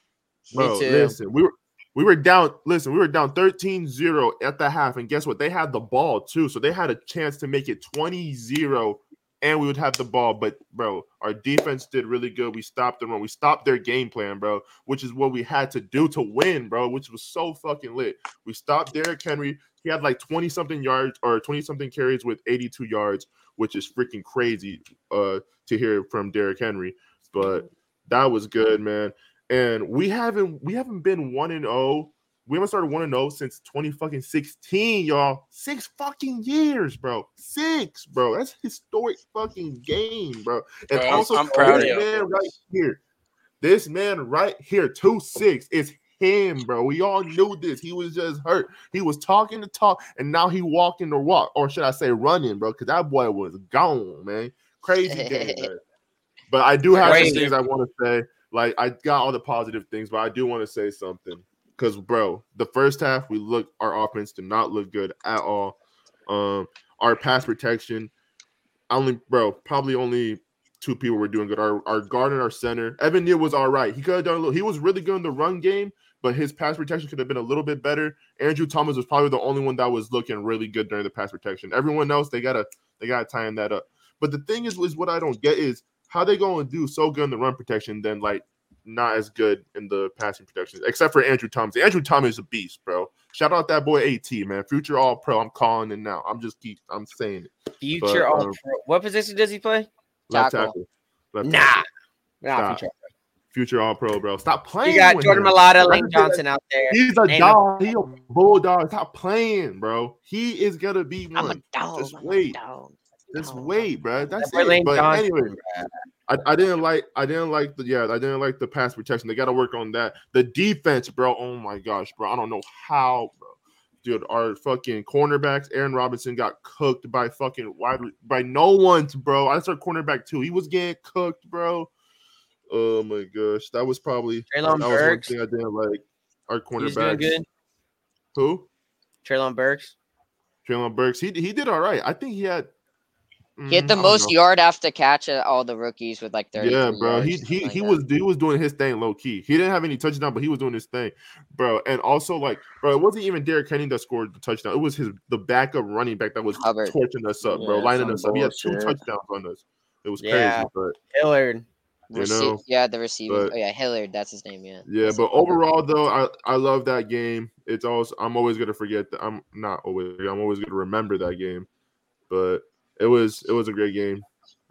S2: Bro,
S4: Me too.
S2: listen, we were we were down. Listen, we were down 13-0 at the half, and guess what? They had the ball too, so they had a chance to make it 20-0, and we would have the ball. But bro, our defense did really good. We stopped them, run. We stopped their game plan, bro, which is what we had to do to win, bro. Which was so fucking lit. We stopped Derrick Henry. He had like 20 something yards or 20 something carries with 82 yards, which is freaking crazy uh to hear from Derrick Henry. But that was good, man and we haven't we haven't been one and zero. We haven't started one and zero since twenty fucking sixteen, y'all. Six fucking years, bro. Six, bro. That's historic fucking game, bro. And
S5: Bro, I'm-
S2: also,
S5: I'm proud of
S2: this
S5: y'all
S2: man right here, this man right here, two six is him, bro. We all knew this. He was just hurt. He was talking to talk, and now he walking the walk, or should I say running, bro? Because that boy was gone, man. Crazy game, man. But I do have some
S4: Crazy.
S2: things I want to say. Like I got all the positive things, but I do want to say something because, bro, the first half we look our offense did not look good at all. Um, our pass protection, I only bro, probably only two people were doing good. Our our guard and our center, Evan Neal was all right. He could have done a little. He was really good in the run game, but his pass protection could have been a little bit better. Andrew Thomas was probably the only one that was looking really good during the pass protection. Everyone else, they gotta they gotta tighten that up. But the thing is, is what I don't get is how they going to do so good in the run protection, then like not as good in the passing protection, except for Andrew Thomas. Andrew Thomas is a beast, bro. Shout out that boy AT, man. Future All Pro. I'm calling it now. I'm just keep. I'm saying it.
S4: Future all
S2: um,
S4: pro. What position does he play?
S2: Left
S1: Tackle.
S2: tackle. Left
S4: Nah.
S2: tackle.
S4: Nah,
S2: Stop.
S4: future.
S2: Future All Pro, bro. Stop playing.
S4: You got
S2: with
S4: Jordan
S2: him.
S4: Malata,
S2: I
S4: Lane
S2: just did
S4: Johnson out there.
S2: He's a
S4: Name him.
S2: dog. He a bulldog. Stop playing, bro. He is gonna be
S1: I'm a
S2: one.
S1: dog.
S2: Just
S1: I'm a
S2: wait.
S1: dog.
S2: Just
S1: dog.
S2: wait, bro. That's
S4: Boy,
S2: it.
S4: Lane
S2: But
S4: Johnson,
S2: anyway,
S4: bruh.
S2: I, I didn't like I didn't like the yeah I didn't like the pass protection. They got to work on that. The defense, bro. Oh my gosh, bro. I don't know how, bro. dude, our fucking cornerbacks, Aaron Robinson got cooked by fucking wide by no one's bro. I our cornerback too. He was getting cooked, bro. Oh my gosh, that was probably
S4: Traylon
S2: that
S4: Burks.
S2: was one thing I didn't like. Our
S4: He's doing
S2: cornerback,
S4: good.
S2: who
S4: Traylon Burks.
S2: Traylon Burks, he he did all right. I think he had
S1: He had the
S2: Mm, I don't
S1: most
S2: know.
S1: yard after catch of all the rookies with like 30.
S2: Yeah, bro. He he he was he was doing his thing low key. He didn't have any touchdown, but he was doing his thing, bro. And also like, bro, it wasn't even Derrick Henry that scored the touchdown. It was his the backup running back that was
S1: Hubbard.
S2: torching us up, bro,
S3: Yeah,
S2: lining
S3: some
S2: us up. He had two
S3: bullshit.
S2: touchdowns on us. It was
S4: Yeah.
S2: crazy, but
S4: Hillard.
S2: you know,
S1: yeah, the receiver.
S2: but-
S1: Oh, yeah, Hillard. That's his name. Yeah.
S2: yeah.
S1: That's
S2: But
S1: it.
S2: overall, though, I I love that game. It's also I'm always gonna forget that. I'm not always. I'm always gonna remember that game. But it was it was a great game.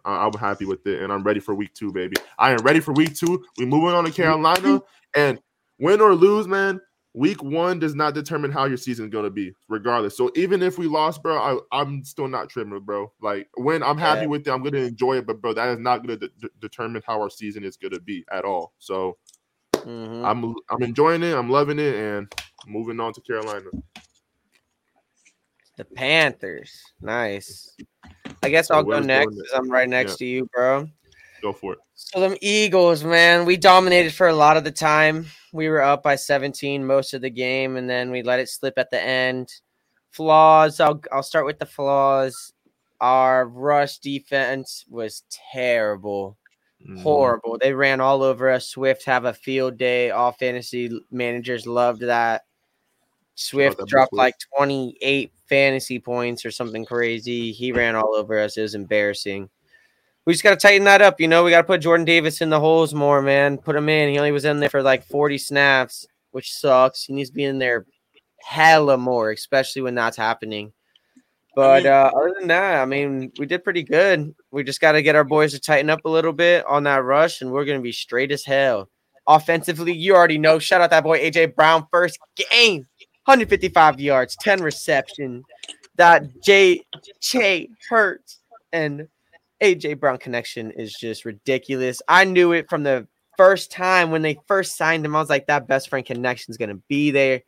S2: I, I'm happy with it, and I'm ready for week two, baby. I am ready for week two. We moving on to Carolina, and win or lose, man. Week one does not determine how your season's gonna be, regardless. So even if we lost, bro, I, I'm still not trimming, bro. Like when I'm happy
S4: Yeah.
S2: with it, I'm gonna enjoy it, but bro, that is not gonna de- de- determine how our season is gonna be at all. So
S4: Mhm.
S3: Mm-hmm.
S2: I'm I'm enjoying it. I'm loving it, and moving on to Carolina.
S4: The Panthers. Nice. I guess I'll go
S2: Where's
S4: next
S2: Jordan?
S4: because I'm right next
S2: Yeah.
S4: to you, bro.
S2: Go for it.
S4: So them Eagles, man, we dominated for a lot of the time. We were up by 17 most of the game, and then we let it slip at the end. Flaws. I'll I'll start with the flaws. Our rush defense was terrible,
S2: Mm-hmm.
S4: horrible. They ran all over us. Swift have a field day. All fantasy l- managers loved that. Swift
S2: that'd be
S4: dropped
S2: Swift.
S4: like 28 fantasy points or something crazy. He ran all over us. It was embarrassing we just got to tighten that up. You know, we got to put Jordan Davis in the holes more, man. Put him in. He only was in there for like 40 snaps, which sucks. He needs to be in there hella more, especially when that's happening. But
S5: mean-
S4: uh, other than that, I mean, we did pretty good. We just got to get our boys to tighten up a little bit on that rush, and we're going to be straight as hell. Offensively, you already know. Shout out that boy AJ Brown first game, 155 yards, 10 reception. That J J Hurts and AJ Brown connection is just ridiculous. I knew it from the first time when they first signed him. I was like, that best friend connection is going to be there.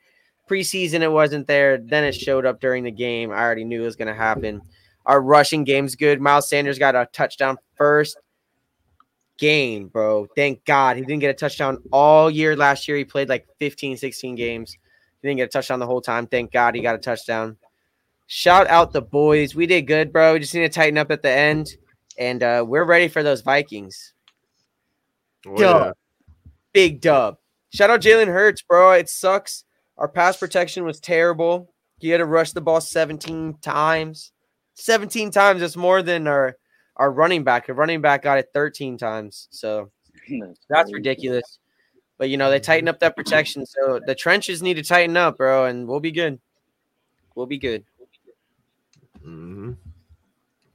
S4: Preseason, it wasn't there. Then it showed up during the game. I already knew it was going to happen. Our rushing game's good. Miles Sanders got a touchdown first game, bro. Thank God. He didn't get a touchdown all year last year. He played like 15, 16 games. He didn't get a touchdown the whole time. Thank God he got a touchdown. Shout out the boys. We did good, bro. We just need to tighten up at the end. And uh, we're ready for those Vikings.
S2: Oh,
S4: Duh.
S2: yeah.
S4: Big dub. Shout out Jalen Hurts, bro. It sucks. Our pass protection was terrible. He had to rush the ball 17 times. 17 times. That's more than our our running back. Our running back got it 13 times. So that's
S3: crazy.
S4: ridiculous. But you know, they tighten up that protection. So the trenches need to tighten up, bro, and we'll be good. We'll be good.
S2: Mhm.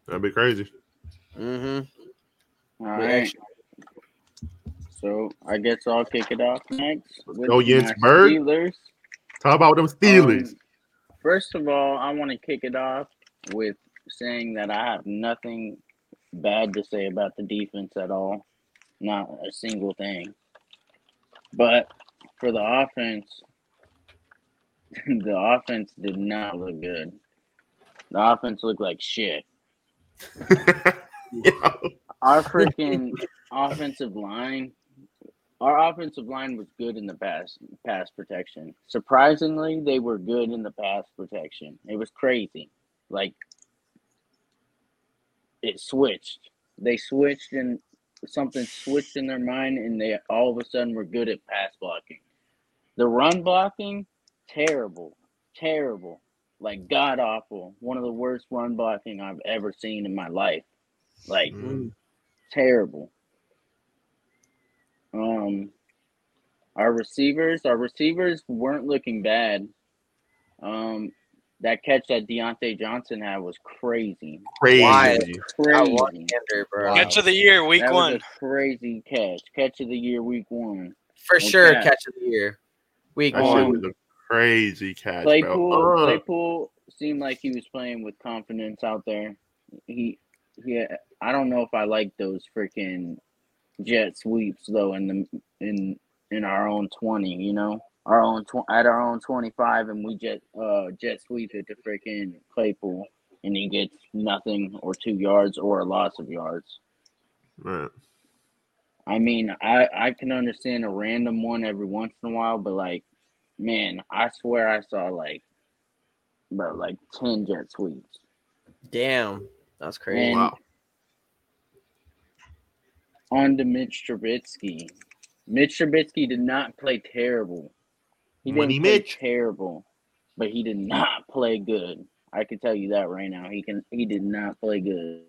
S2: That'd be crazy.
S4: Mm-hmm.
S3: All right. So I guess I'll kick it off next. with
S2: go,
S3: my
S2: Jensberg.
S3: Steelers.
S2: Talk about them Steelers.
S3: Um, first of all, I want to kick it off with saying that I have nothing bad to say about the defense at all. Not a single thing. But for the offense, the offense did not look good. The offense looked like shit.
S5: Um,
S3: Our freaking offensive line, our offensive line was good in the pass pass protection. Surprisingly, they were good in the pass protection. It was crazy. Like it switched. They switched and something switched in their mind and they all of a sudden were good at pass blocking. The run blocking, terrible. Terrible. Like god awful. One of the worst run blocking I've ever seen in my life. Like
S2: Mhm.
S3: terrible. Um, our receivers, our receivers weren't looking bad. Um, that catch that Deontay Johnson had was crazy,
S2: Crazy.
S4: Why? Got
S3: crazy.
S4: one hander, bro.
S5: Catch of the year, week
S3: that
S5: one.
S3: was a crazy catch, catch of the year, week one.
S4: For sure,
S3: Okay.
S4: catch of the year. Week
S2: That
S4: one.
S2: shit was a crazy catch,
S3: Claypool,
S2: bro. Uh,
S3: Claypool seemed like he was playing with confidence out there. He, he, I don't know if I like those freaking jet sweeps though in the in in our own twenty. You know, our own tw- at our own twenty five, and we just uh jet sweep it to freaking Claypool, and he gets nothing or two yards or a loss of yards.
S2: Right.
S3: I mean, I I can understand a random one every once in a while, but like, man, I swear I saw like, bro, like ten jet sweeps.
S4: Damn, that's crazy.
S3: And-
S2: Wow.
S3: on to Mitch Trubisky. Mitch Trubisky did not play terrible. He didn't
S2: Money
S3: play
S2: Mitch.
S3: terrible, but he did not play good. I can tell you that right now. He can. He did not play good.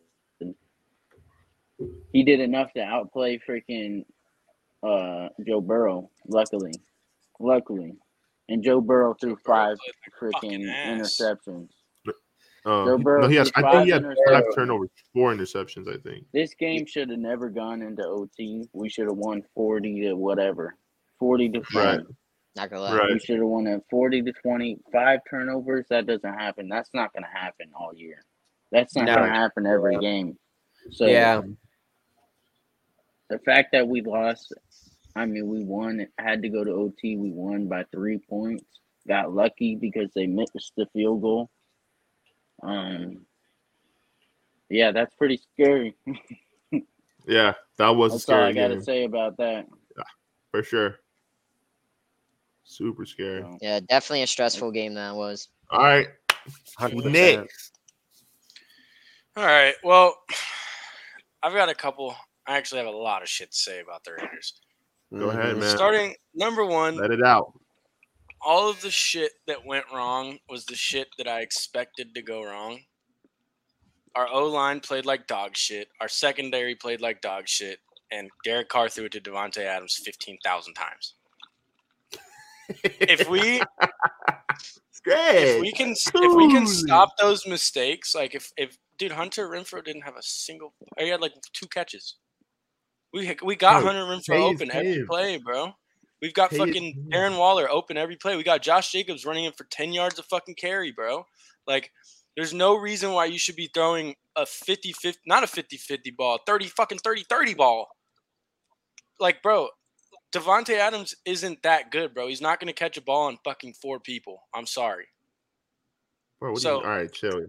S3: He did enough to outplay freaking uh, Joe Burrow. Luckily, luckily, and Joe Burrow threw five freaking
S5: fucking ass.
S3: interceptions.
S2: Uh,
S3: Joe Burrow
S2: no, he has.
S3: threw
S2: I think he
S3: five
S2: had five
S3: interceptions.
S2: turnovers, four interceptions. I think.
S3: This game should have never gone into OT. We should have won forty to whatever, forty to
S2: Right.
S3: five.
S1: Not gonna lie.
S2: Right.
S3: We should have won at 40 to 25 turnovers. That doesn't happen. That's not going to happen all year. That's not
S4: No.
S3: going to happen every game. So
S4: yeah,
S3: the fact that we lost, I mean, we won, had to go to OT. We won by three points. Got lucky because they missed the field goal. Um, yeah, that's pretty scary.
S2: Yeah, that was a
S3: That's all I
S2: scary
S3: got to
S2: game
S3: say about that.
S2: for sure. Super scary.
S3: So,
S1: Yeah, definitely a stressful game that was.
S2: All right,
S4: 100%.
S2: next.
S5: All right. Well, I've got a couple. I actually have a lot of shit to say about the Raiders.
S2: Go ahead,
S4: Mhm.
S2: man.
S5: Starting number one,
S2: Let it out.
S5: all of the shit that went wrong was the shit that I expected to go wrong. Our O line played like dog shit. Our secondary played like dog shit. And Derek Carr threw it to Devontae Adams 15,000 times. If we if we
S2: Great.
S5: can if we can
S2: Holy.
S5: stop those mistakes, like if if dude Hunter Renfro didn't have a single, he had like two catches. We we got
S2: Bro,
S5: Hunter Renfro
S2: pay his
S5: open every
S2: dues.
S5: play, bro. We've got
S2: Pay his
S5: fucking
S2: dues.
S5: Darren Waller open every play. We got Josh Jacobs running in for ten yards of fucking carry, bro. Like there's no reason why you should be throwing a 50 50 not a 50 50 ball, 30 fucking 30 30 ball. Like, bro, Devonte Adams isn't that good, bro. He's not going to catch a ball on fucking four people. I'm sorry.
S2: Bro, what do
S5: So-
S2: you, all right, chill.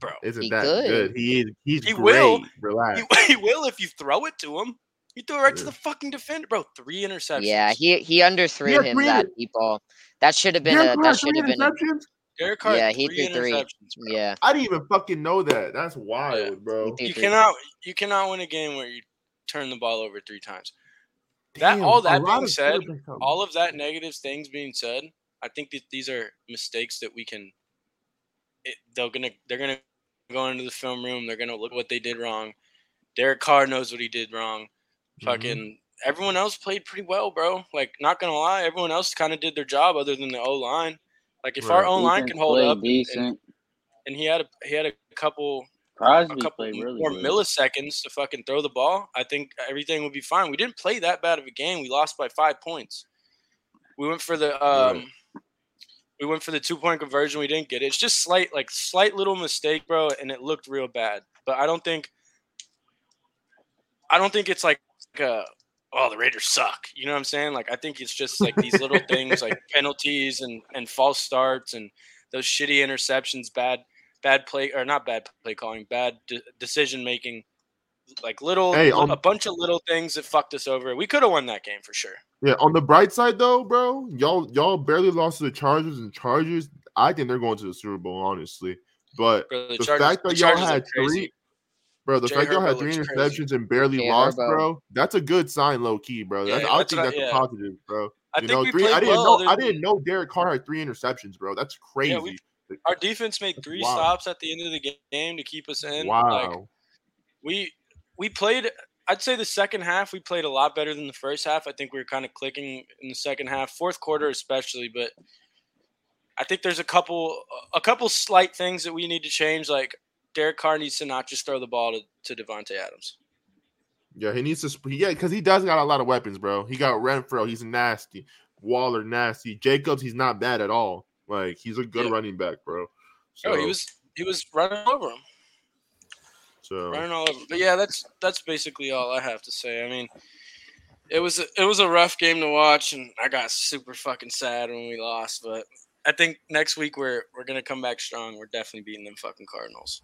S5: Bro.
S2: isn't
S1: He
S2: that
S1: could.
S2: good? He is. He's
S5: He
S2: great.
S5: will.
S2: Relax.
S5: He, he will if you throw it to him. You threw it right to
S2: Yeah.
S5: the fucking defender, bro. Three interceptions.
S1: Yeah, he he underthrew
S2: Yeah,
S1: him
S2: three
S1: that deep ball. That should have been
S2: Derek
S1: a
S2: Carr,
S1: that
S2: three
S1: should have been a,
S2: interceptions?
S5: Derek Carr,
S1: yeah,
S5: yeah,
S1: he
S5: three
S1: threw three.
S5: interceptions. bro.
S1: yeah.
S2: I didn't even fucking know that. That's wild, bro.
S1: He
S5: You
S1: threw three.
S5: cannot you cannot win a game where you turn the ball over three times. That- all
S2: a
S5: that
S2: lot
S5: being
S2: of
S5: said,
S2: quarterbacks have-
S5: All of that negative things being said, I think that these are mistakes that we can. It, they're gonna they're gonna go into the film room. They're gonna look what they did wrong. Derek Carr knows what he did wrong.
S2: Mhm.
S5: fucking everyone else played pretty well, bro. Like, not gonna lie, everyone else kind of did their job other than the O line. Like, if our
S2: Right.
S5: O line
S3: Defense
S5: can hold
S3: played
S5: up, and,
S3: Decent.
S5: and, and he had a he had a couple
S3: Crosby
S5: a couple
S3: played really
S5: more
S3: good.
S5: milliseconds to fucking throw the ball, I think everything would be fine. We didn't play that bad of a game. We lost by five points. We went for the um,
S2: Right.
S5: we went for the two point conversion. We didn't get it. It's just slight, like slight little mistake, bro, and it looked real bad. But I don't think, I don't think it's like, uh, oh, the Raiders suck. You know what I'm saying? Like I think it's just like these little things, like penalties and and false starts and those shitty interceptions, bad bad play or not bad play calling, bad de- decision making, like little
S2: Hey, um
S5: li-
S2: on-
S5: a bunch of little things that fucked us over. We could have won that game for sure.
S2: Yeah, on the bright side though, bro, y'all y'all barely lost to the Chargers and Chargers. I think they're going to the Super Bowl, honestly. But
S5: Bro, the
S2: the
S5: Chargers-
S2: fact
S5: the
S2: that y'all
S5: Chargers are
S2: had
S5: crazy.
S2: three, bro, the
S5: Jay
S2: fact y'all
S5: Herbo
S2: had three
S5: looks
S2: interceptions
S5: crazy.
S2: and barely
S1: Jay
S2: lost,
S1: Herbo.
S2: bro, that's a good sign, low key, bro. That's,
S5: Yeah,
S2: I
S5: that's
S2: think
S5: what I-
S2: that's a
S5: yeah.
S2: positive, bro.
S5: I
S2: you
S5: think
S2: know,
S5: we
S2: three.
S5: played
S2: I didn't
S5: well.
S2: know.
S5: other
S2: I
S5: than-
S2: didn't know Derek Carr had three interceptions, bro. That's crazy.
S5: Yeah, we- Our defense made three
S2: Wow.
S5: stops at the end of the ga- game to keep us in.
S2: wow.
S5: Like, we we played. I'd say the second half we played a lot better than the first half. I think we were kind of clicking in the second half, fourth quarter especially. But I think there's a couple a couple slight things that we need to change. Like Derek Carr needs to not just throw the ball to, to Devonte Adams.
S2: Yeah, he needs to. Sp- yeah, because he does got a lot of weapons, bro. He got Renfro. He's nasty. Waller, nasty. Jacobs, he's not bad at all. Like he's a good
S5: Yeah.
S2: running back, bro. So,
S5: Oh, he was he was running all over him,
S2: so
S5: running all over. Him. But yeah, that's that's basically all I have to say. I mean, it was a- it was a rough game to watch, and I got super fucking sad when we lost. But I think next week we're we're gonna come back strong. We're definitely beating them fucking Cardinals.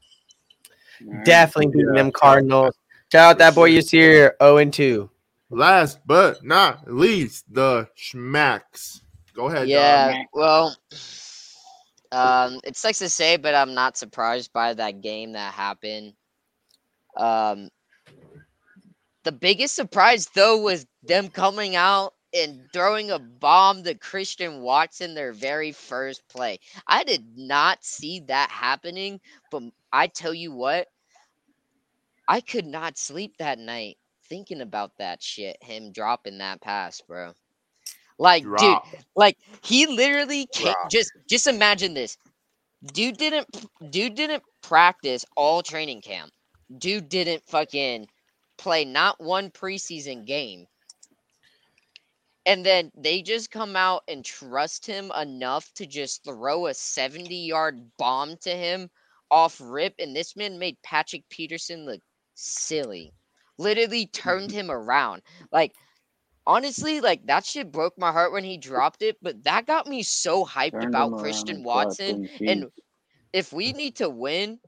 S3: Alright.
S4: Definitely beating them Cardinals. Shout out that boy you see here, 0 and 2.
S2: Last but not least, the schmacks. Go ahead.
S1: yeah,
S3: Mac.
S1: well, um, it sucks to say, but I'm not surprised by that game that happened. Um, the biggest surprise though was them coming out and throwing a bomb to Christian Watson their very first play. I did not see that happening, but I tell you what, I could not sleep that night thinking about that shit. Him dropping that pass, bro. Like,
S2: Dom.
S1: dude,
S2: Drop.
S1: like he literally can't
S4: Wow.
S1: just just imagine this. Dude didn't dude didn't practice all training camp. Dude didn't fucking play not one preseason game. And then they just come out and trust him enough to just throw a 70 yard bomb to him off rip. And this man made Patrick Peterson look silly. Literally turned him around. Like, honestly, like that shit broke my heart when he dropped it, but that got me so hyped
S3: Turned him
S1: about
S3: around
S1: Christian
S3: and
S1: Watson.
S3: fucking beat.
S1: And if we need to win,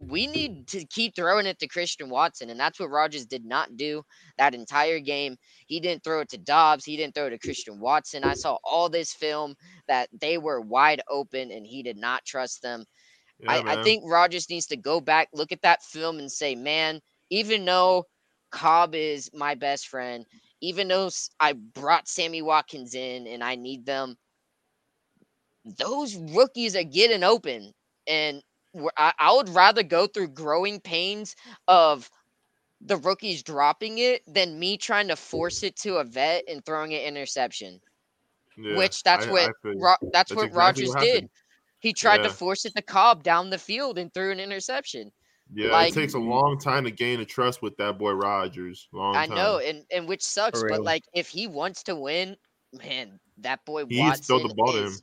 S1: we need to keep throwing it to Christian Watson. And that's what Rogers did not do that entire game. He didn't throw it to Dobbs. He didn't throw it to Christian Watson. I saw all this film that they were wide open and he did not trust them.
S2: Yeah,
S1: I, I
S2: man.
S1: think Rogers needs to go back, look at that film, and say, man, even though Cobb is my best friend, even though s- I brought Sammy Watkins in and I need them, those rookies are getting open. And wh- I, I would rather go through growing pains of the rookies dropping it than me trying to force it to a vet and throwing an interception.
S2: Yeah,
S1: which that's
S2: I-
S1: what
S2: I feel you.
S1: Ro- that's,
S2: That's
S1: what
S2: exactly
S1: Rogers
S2: what happened.
S1: did. He tried to
S2: Yeah.
S1: force it to Cobb down the field and threw an interception.
S2: Yeah,
S1: Like-
S2: it takes a long time to gain the trust with that boy Rogers. Long
S1: I
S2: time.
S1: know, and and which sucks,
S4: For
S1: but
S4: real.
S1: like if he wants to win, man, that boy
S2: He needs to
S1: Watson
S2: throw the ball to him.
S1: is,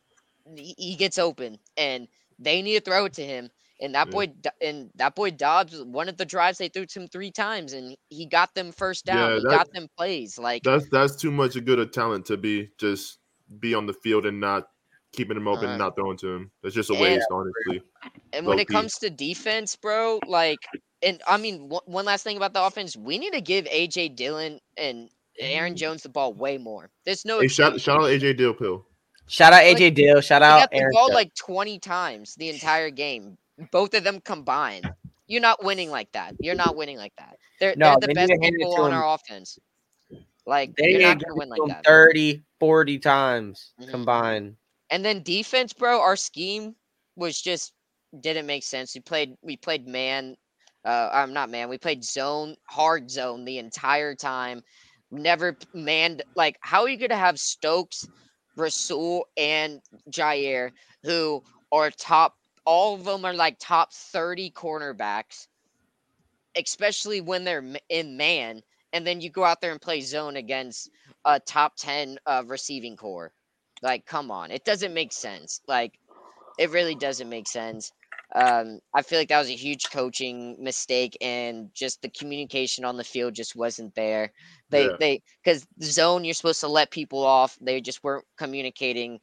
S1: He, he gets open, and they need to throw it to him. And that
S2: Yeah.
S1: boy, Do- and that boy Dobbs, one of the drives they threw to him three times, and he got them first down.
S2: Yeah,
S1: he
S2: that-
S1: got them plays. Like
S2: That's that's too much of good a talent to be just be on the field and not keeping him open,
S1: Uh,
S2: and not throwing to him. That's just a
S1: yeah,
S2: waste, honestly.
S1: And when
S2: low
S1: it
S2: key.
S1: comes to defense, bro, like, and I mean, one one last thing about the offense, we need to give AJ Dillon and Aaron Jones the ball way more. There's no
S2: Mm. Hey, shout,
S1: excuse.
S2: shout out AJ Dillpill.
S4: Shout out AJ Dill. Shout
S1: They
S4: out
S1: got the
S4: Aaron.
S1: ball
S4: Judge.
S1: like 20 times the entire game, both of them combined. You're not winning like that. You're not winning like that. They're
S4: No,
S1: they're the
S4: they need
S1: best
S4: to hand it
S1: people
S4: to
S1: on
S4: him.
S1: our offense. Like
S4: They
S1: you're not
S4: ain't got
S1: gonna win
S4: to
S1: like
S4: him
S1: that.
S4: 30, 40 times
S1: Mhm.
S4: combined.
S1: And then defense, bro, our scheme was just didn't make sense. We played we played man, uh I'm not man, we played zone, hard zone the entire time. Never p- manned like how are you gonna have Stokes, Rasul, and Jair, who are top all of them are like top 30 cornerbacks, especially when they're m- in man, and then you go out there and play zone against a top 10 uh, receiving core. Like, come on. It doesn't make sense. Like, it really doesn't make sense. Um, I feel like that was a huge coaching mistake, and just the communication on the field just wasn't there. They,
S2: Yeah.
S1: they, because zone, you're supposed to let people off. They just weren't communicating.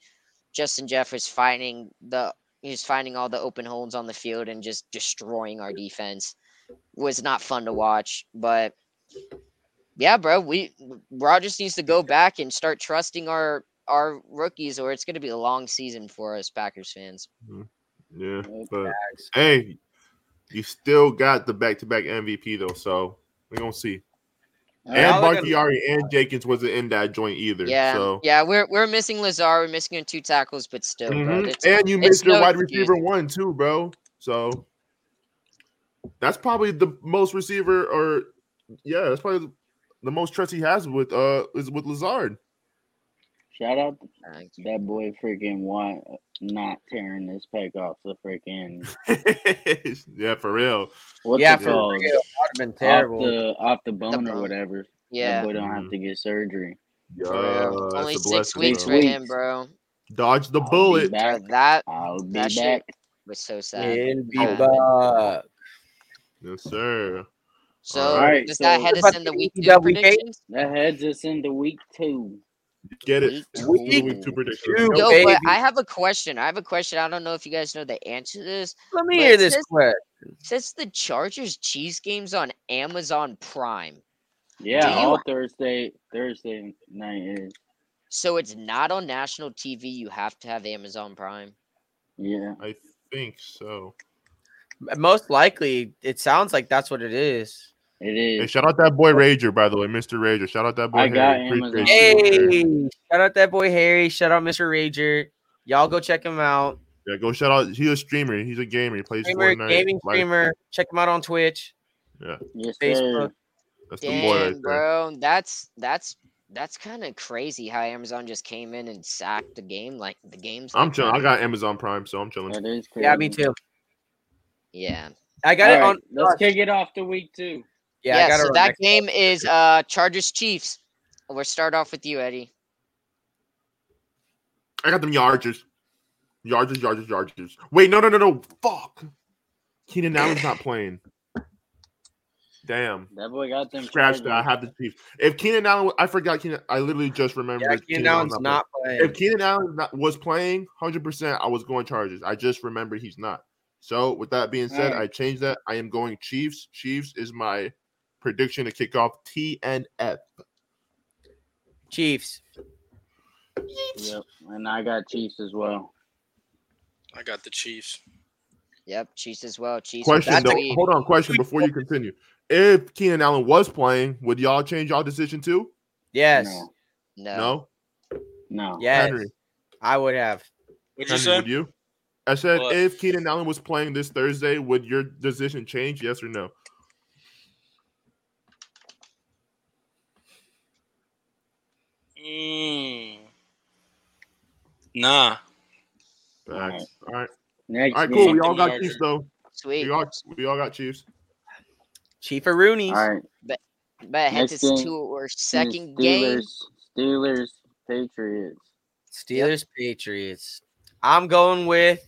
S1: Justin Jeffers finding the, he was finding all the open holes on the field and just destroying our defense. Was not fun to watch, but yeah, bro, we Rogers needs to go back and start trusting our our rookies, or it's going to be a long season for us Packers fans.
S2: Yeah,
S3: Yep.
S2: but hey, you still got the back-to-back MVP though, so we're gonna see.
S4: Yeah,
S2: And
S4: I like it.
S2: Barkiari and Jenkins wasn't in that joint either.
S1: Yeah,
S2: so.
S1: yeah, we're we're missing Lazar, we're missing in two tackles, but still, bro,
S2: Mhm.
S1: it's-
S2: And you
S1: it's
S2: missed your
S1: no
S2: wide
S1: excuse.
S2: receiver one too, bro. So that's probably the most receiver, or yeah, that's probably the, the most trust he has with uh is with Lazard.
S3: Shout out
S1: uh,
S3: that boy freaking want not tearing this peg off the freaking
S2: yeah, for real.
S3: what's
S4: yeah,
S3: it
S4: for real.
S3: called?
S4: That would have been terrible.
S3: Off the off the bone or
S1: bone.
S3: whatever. That
S1: yeah,
S3: boy don't
S2: Mhm.
S3: have to get surgery.
S2: Oh, Yeah,
S1: for real.
S2: Uh, that's
S1: only
S2: a
S1: six
S2: blessing,
S1: weeks
S2: bro.
S1: for
S3: Oh, Six
S1: him,
S3: weeks.
S1: bro.
S2: Dodge the
S3: I'll be
S2: bullet.
S1: Bro,
S3: back.
S1: that
S3: I'll be
S1: that shit
S3: back.
S1: was so sad.
S4: It'd be
S1: Sad.
S4: back.
S2: Yes, sir.
S1: So
S3: right,
S1: does that
S3: so-
S1: head us in the week two
S4: About week eight?
S1: predictions?
S3: That heads us into week two.
S2: Get it?
S1: Week
S2: Week,
S1: two.
S2: week two prediction.
S4: Two.
S2: Nope.
S1: Yo,
S4: baby.
S1: but I have a question. I have a question. I don't know if you guys know the answer to this.
S4: Let me
S1: But
S4: hear this
S1: since-
S4: question.
S1: Since the Chargers Chiefs games on Amazon Prime,
S3: Yeah,
S1: Do you-
S3: all Thursday, Thursday night is.
S1: so it's not on national TV, you have to have Amazon Prime.
S3: Yeah,
S2: I think so.
S4: Most likely, it sounds like that's what it is.
S3: it
S2: Hey,
S3: is.
S2: shout out that boy Rager, by the way, Mr. Rager. Shout out that boy.
S3: I got
S2: Harry. Appreciate
S3: Amazon.
S2: you, Harry.
S4: Hey, shout out that boy Harry. Shout out Mr. Rager. Y'all go check him out.
S2: Yeah, go shout out. He's a streamer. He's a gamer. He plays
S4: Streamer,
S2: Fortnite.
S4: gaming
S2: Like,
S4: streamer. Check him out on Twitch.
S3: Yes,
S4: Facebook.
S3: sir.
S2: That's the boy right
S1: Damn,
S2: there.
S1: bro, that's that's that's kind of crazy how Amazon just came in and sacked the game like the games.
S2: I'm
S1: like
S2: chilling.
S1: that.
S2: I got Amazon Prime, so I'm chilling.
S3: That is crazy.
S4: Yeah, me too.
S1: Yeah,
S4: I
S3: Mm-hmm. All
S4: got it
S3: right,
S4: on.
S3: let's kick it off to week two.
S1: yeah.
S4: Yeah, I got it
S1: so
S4: on
S1: that
S4: Xbox.
S1: game is uh Chargers Chiefs. We'll start off with you, Eddie.
S2: I got them Yargers. Yargers, Yargers, Yargers. Wait, no, no, no, no. Fuck. Keenan Allen's not playing. Damn.
S3: That boy got them.
S2: Scratch that. I
S3: Chargers.
S2: have the Chiefs. If Keenan Allen, I forgot Keenan. I literally just remembered.
S4: Yeah, Keenan Allen's
S2: playing.
S4: not
S2: If
S4: playing.
S2: Keenan Allen not- was playing 100%, I was going Chargers. I just remembered he's not. So, with that being said,
S3: Alright.
S2: I changed that. I am going Chiefs. Chiefs is my prediction to kick off TNF.
S4: Chiefs.
S3: Yep, and I got Chiefs as well.
S5: I got the Chiefs.
S1: Yep, Chiefs as well. Chiefs. with
S2: Question
S1: that
S2: though.
S1: lead.
S2: Hold on, question before you continue. If Keenan Allen was playing, would y'all change y'all decision too?
S4: Yes.
S3: No,
S1: No.
S2: No.
S3: no.
S4: Yes.
S2: Henry.
S4: I would have.
S5: What'd
S2: Henry,
S5: you say?
S2: would you? I said
S5: What?
S2: if Keenan Allen was playing this Thursday, would your decision change? Yes or no?
S5: Mm. Nah.
S2: Facts. All right.
S3: Next
S2: All right,
S3: game.
S2: cool. We all
S5: Something
S2: got
S5: larger.
S2: Chiefs though.
S1: Sweet.
S2: We all we all got Chiefs.
S4: Chief Rooney's.
S3: All right.
S1: But heads
S3: Next
S1: us
S3: game
S1: to our
S3: and
S1: second game.
S3: Steelers, Steelers, Patriots.
S4: Steelers Patriots. I'm going with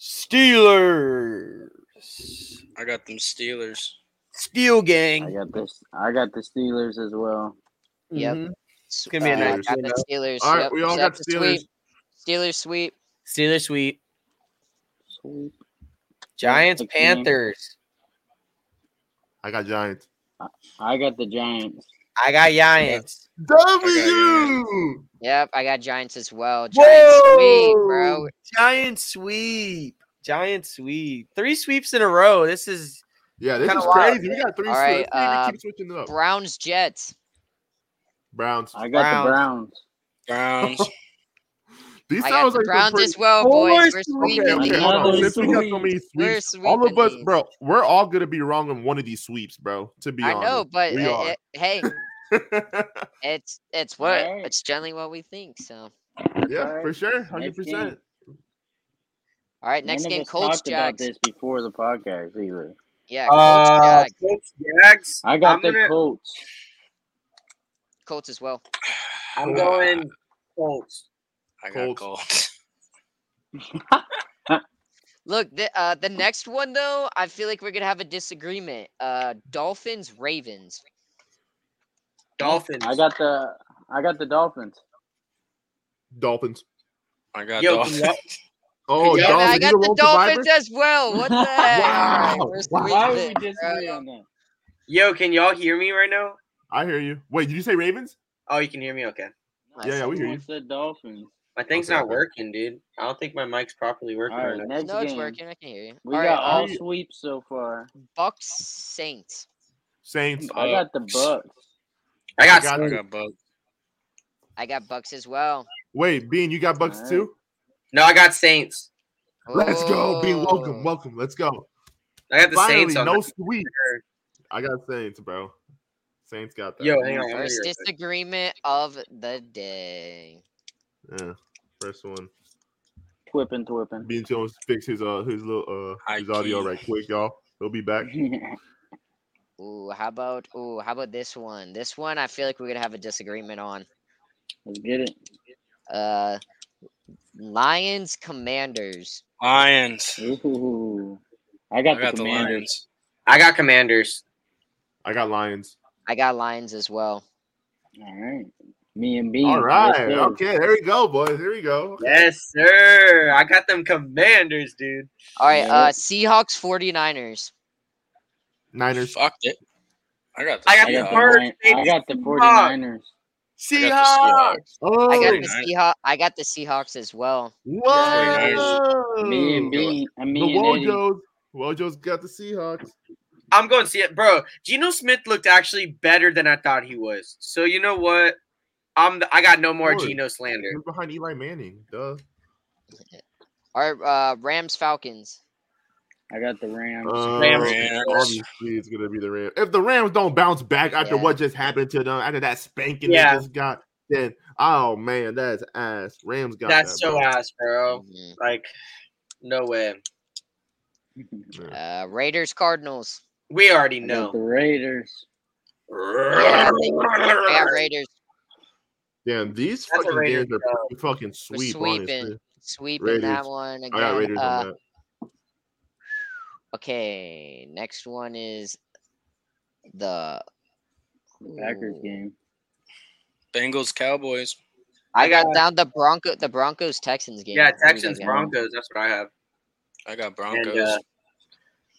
S4: Steelers.
S5: I got them Steelers.
S4: Steel
S3: I
S4: gang.
S3: got this. I got the Steelers as well.
S1: Yep.
S4: Mhm.
S1: S-
S4: Give me a
S1: uh,
S4: nice
S1: got
S4: win,
S1: the Steelers.
S2: All right,
S1: yep,
S2: we all
S1: so
S2: got
S1: that's a
S2: Steelers.
S1: Sweep. Steelers sweep.
S4: Steelers sweep.
S3: Sweet.
S4: Giants
S3: Next game.
S4: Panthers.
S2: I got Giants.
S3: I got the Giants.
S4: I got Giants.
S5: W!
S1: Yep, I got Giants as well. Giants sweep, bro.
S4: Whoa! Giant sweep. Giant sweep. Three sweeps in a row. This is
S2: Yeah, this
S4: Kinda
S2: is
S4: wild.
S2: crazy. We got three.
S1: All
S2: All right,
S1: right, uh,
S2: keep switching it up.
S1: Browns Jets.
S2: Browns.
S3: I got the Browns.
S5: Browns.
S2: These
S1: I got
S2: sounds
S1: the
S2: like some
S1: Browns
S2: pretty-
S1: as well,
S4: Four
S1: boys. We're
S4: sweeps.
S2: Okay,
S1: sweeping
S2: okay,
S1: these.
S2: hold on.
S3: Another
S2: Since we got so
S3: sweep.
S2: many
S1: We're
S2: sweeps, all of
S1: sweeping
S2: us,
S1: these.
S2: bro, we're all gonna be wrong on one of these sweeps, bro. To be
S1: I
S2: honest,
S1: know, but
S2: we
S1: it-
S2: are.
S1: it- hey, it's it's what
S3: Alright.
S1: it's generally what we think. So,
S2: yeah,
S3: Alright,
S2: for sure,
S3: next
S2: hundred percent.
S1: all right, next
S3: None
S1: game,
S3: of us
S1: Colts
S3: talked
S1: Jags.
S3: about this before the podcast either.
S1: Yeah, Colts
S4: Uh,
S1: Jags.
S4: Colts, Jags.
S3: I got
S4: I'm
S3: the
S4: gonna-
S3: Colts.
S1: Colts as well.
S4: I'm going Colts.
S5: I got
S2: Colts.
S5: Colts.
S1: Look, the uh, the next one though, I feel like we're gonna have a disagreement. Uh, Dolphins Ravens.
S4: Dolphins.
S3: I got the. I got the Dolphins.
S2: Dolphins.
S5: I got
S4: Yo,
S5: Dolphins.
S4: can y'all-
S2: Oh,
S4: Yeah,
S1: And
S2: Dolphins.
S1: I
S2: you
S1: got
S2: the
S1: the
S2: lone
S1: Dolphins
S2: survivor?
S1: as well. What the heck?
S2: Wow,
S1: All right, we're
S2: wow.
S3: Why
S1: sweeping
S3: would we
S1: it,
S3: disagree
S1: bro.
S3: on that?
S4: yo, can y'all hear me right now?
S2: I hear you. Wait, did you say Ravens?
S4: Oh, you can hear me. Okay,
S1: One
S2: Yeah, yeah, we hear
S3: Everyone
S2: you.
S3: said Dolphins.
S4: my thing's
S2: Okay,
S4: not
S2: okay.
S4: working, dude. I don't think my mic's properly working
S3: All
S4: right
S3: right,
S4: now.
S3: next
S1: No, it's
S3: game.
S1: working. I can hear you.
S3: We
S1: all right,
S3: got all
S1: uh,
S2: Alright.
S3: sweeps so far.
S1: Bucks Saints.
S2: Saints.
S3: I got the Bucks.
S4: I got,
S2: got-
S5: I
S4: Saints.
S5: got Bucks.
S1: I got Bucks as well.
S2: Wait, Bean, you got Bucks
S3: Alright.
S2: too?
S4: no, I got Saints.
S2: Let's go, Bean.
S1: Oh.
S2: Welcome, welcome. Let's go.
S4: I got the
S2: Finally,
S4: Saints on.
S2: no
S4: No,
S2: sweep. I got Saints, bro. Saints got that.
S4: yo, hang on. I'm gonna
S1: First
S4: hear it.
S1: disagreement of the day.
S2: Yeah. First one.
S3: Twipping, twipping.
S2: Bean's gonna fix his uh his little uh
S5: High
S2: his audio
S5: key.
S2: right quick, y'all. He'll be back.
S1: Ooh, how about ooh, how about this one? This one, I feel like we're gonna have a disagreement on.
S3: Let's get it.
S1: Uh, Lions Commanders.
S5: Lions.
S3: Ooh. I got,
S5: I got
S3: the
S5: the
S3: Commanders.
S5: Lions.
S4: I got Commanders.
S2: I got Lions.
S1: I got Lions as well.
S3: All right. Me and Bean.
S2: All right.
S3: Let's go.
S2: Okay. There we go, boys. Here we go.
S4: Yes, sir. I got them commanders, dude.
S1: All right,
S3: Yeah.
S1: uh Seahawks 49ers.
S2: Niners.
S5: Fucked it. I got the
S4: I got
S3: I
S4: the
S5: Seahawks.
S3: got, the,
S4: Birds,
S3: Lion- I
S4: baby.
S3: got the
S4: Come on.
S3: 49ers.
S5: I got the Seahawks.
S2: Oh,
S1: I got the
S5: Nice.
S1: Seahawks. I got the Seahawks as well.
S2: whoa.
S3: Me and
S2: The
S3: Bean. I mean, and
S2: Wojos. Wojos got the Seahawks.
S4: I'm going to see it, bro. Geno Smith looked actually better than I thought he was. So you know what? I'm the, I got no more
S2: Word.
S4: Geno slander.
S2: He's behind Eli Manning. Duh.
S1: All right, uh Rams Falcons.
S3: I got the Rams.
S2: Um,
S4: Rams.
S2: Obviously, it's gonna be the Rams. If the Rams don't bounce back after
S1: Yeah.
S2: what just happened to them, after that spanking
S4: Yeah.
S2: they just got, then oh man, that's ass. Rams got
S4: That's
S2: that,
S4: so ass, bro.
S1: Mhm.
S4: Like, no way.
S2: bro.
S1: Uh Raiders Cardinals.
S4: We already
S3: I got the
S4: know.
S3: Raiders.
S1: Yeah, I got Raiders.
S2: Damn, these
S4: That's a
S2: fucking
S4: Raiders
S2: games are
S4: dub.
S2: pretty fucking sweet.
S1: sweeping.
S2: Honestly,
S1: Sweeping that
S2: Raiders.
S1: one again.
S2: I got Raiders
S1: uh,
S2: on that.
S1: Okay, next one is the
S3: Packers
S1: Ooh.
S3: game.
S5: Bengals, Cowboys.
S1: I
S4: I
S1: got
S4: got-
S1: down the Bronco the Broncos Texans game.
S4: Yeah,
S1: Who do you guys
S4: Texans,
S1: got?
S4: Broncos. That's what I have.
S5: I got
S4: And,
S5: Broncos.
S4: uh,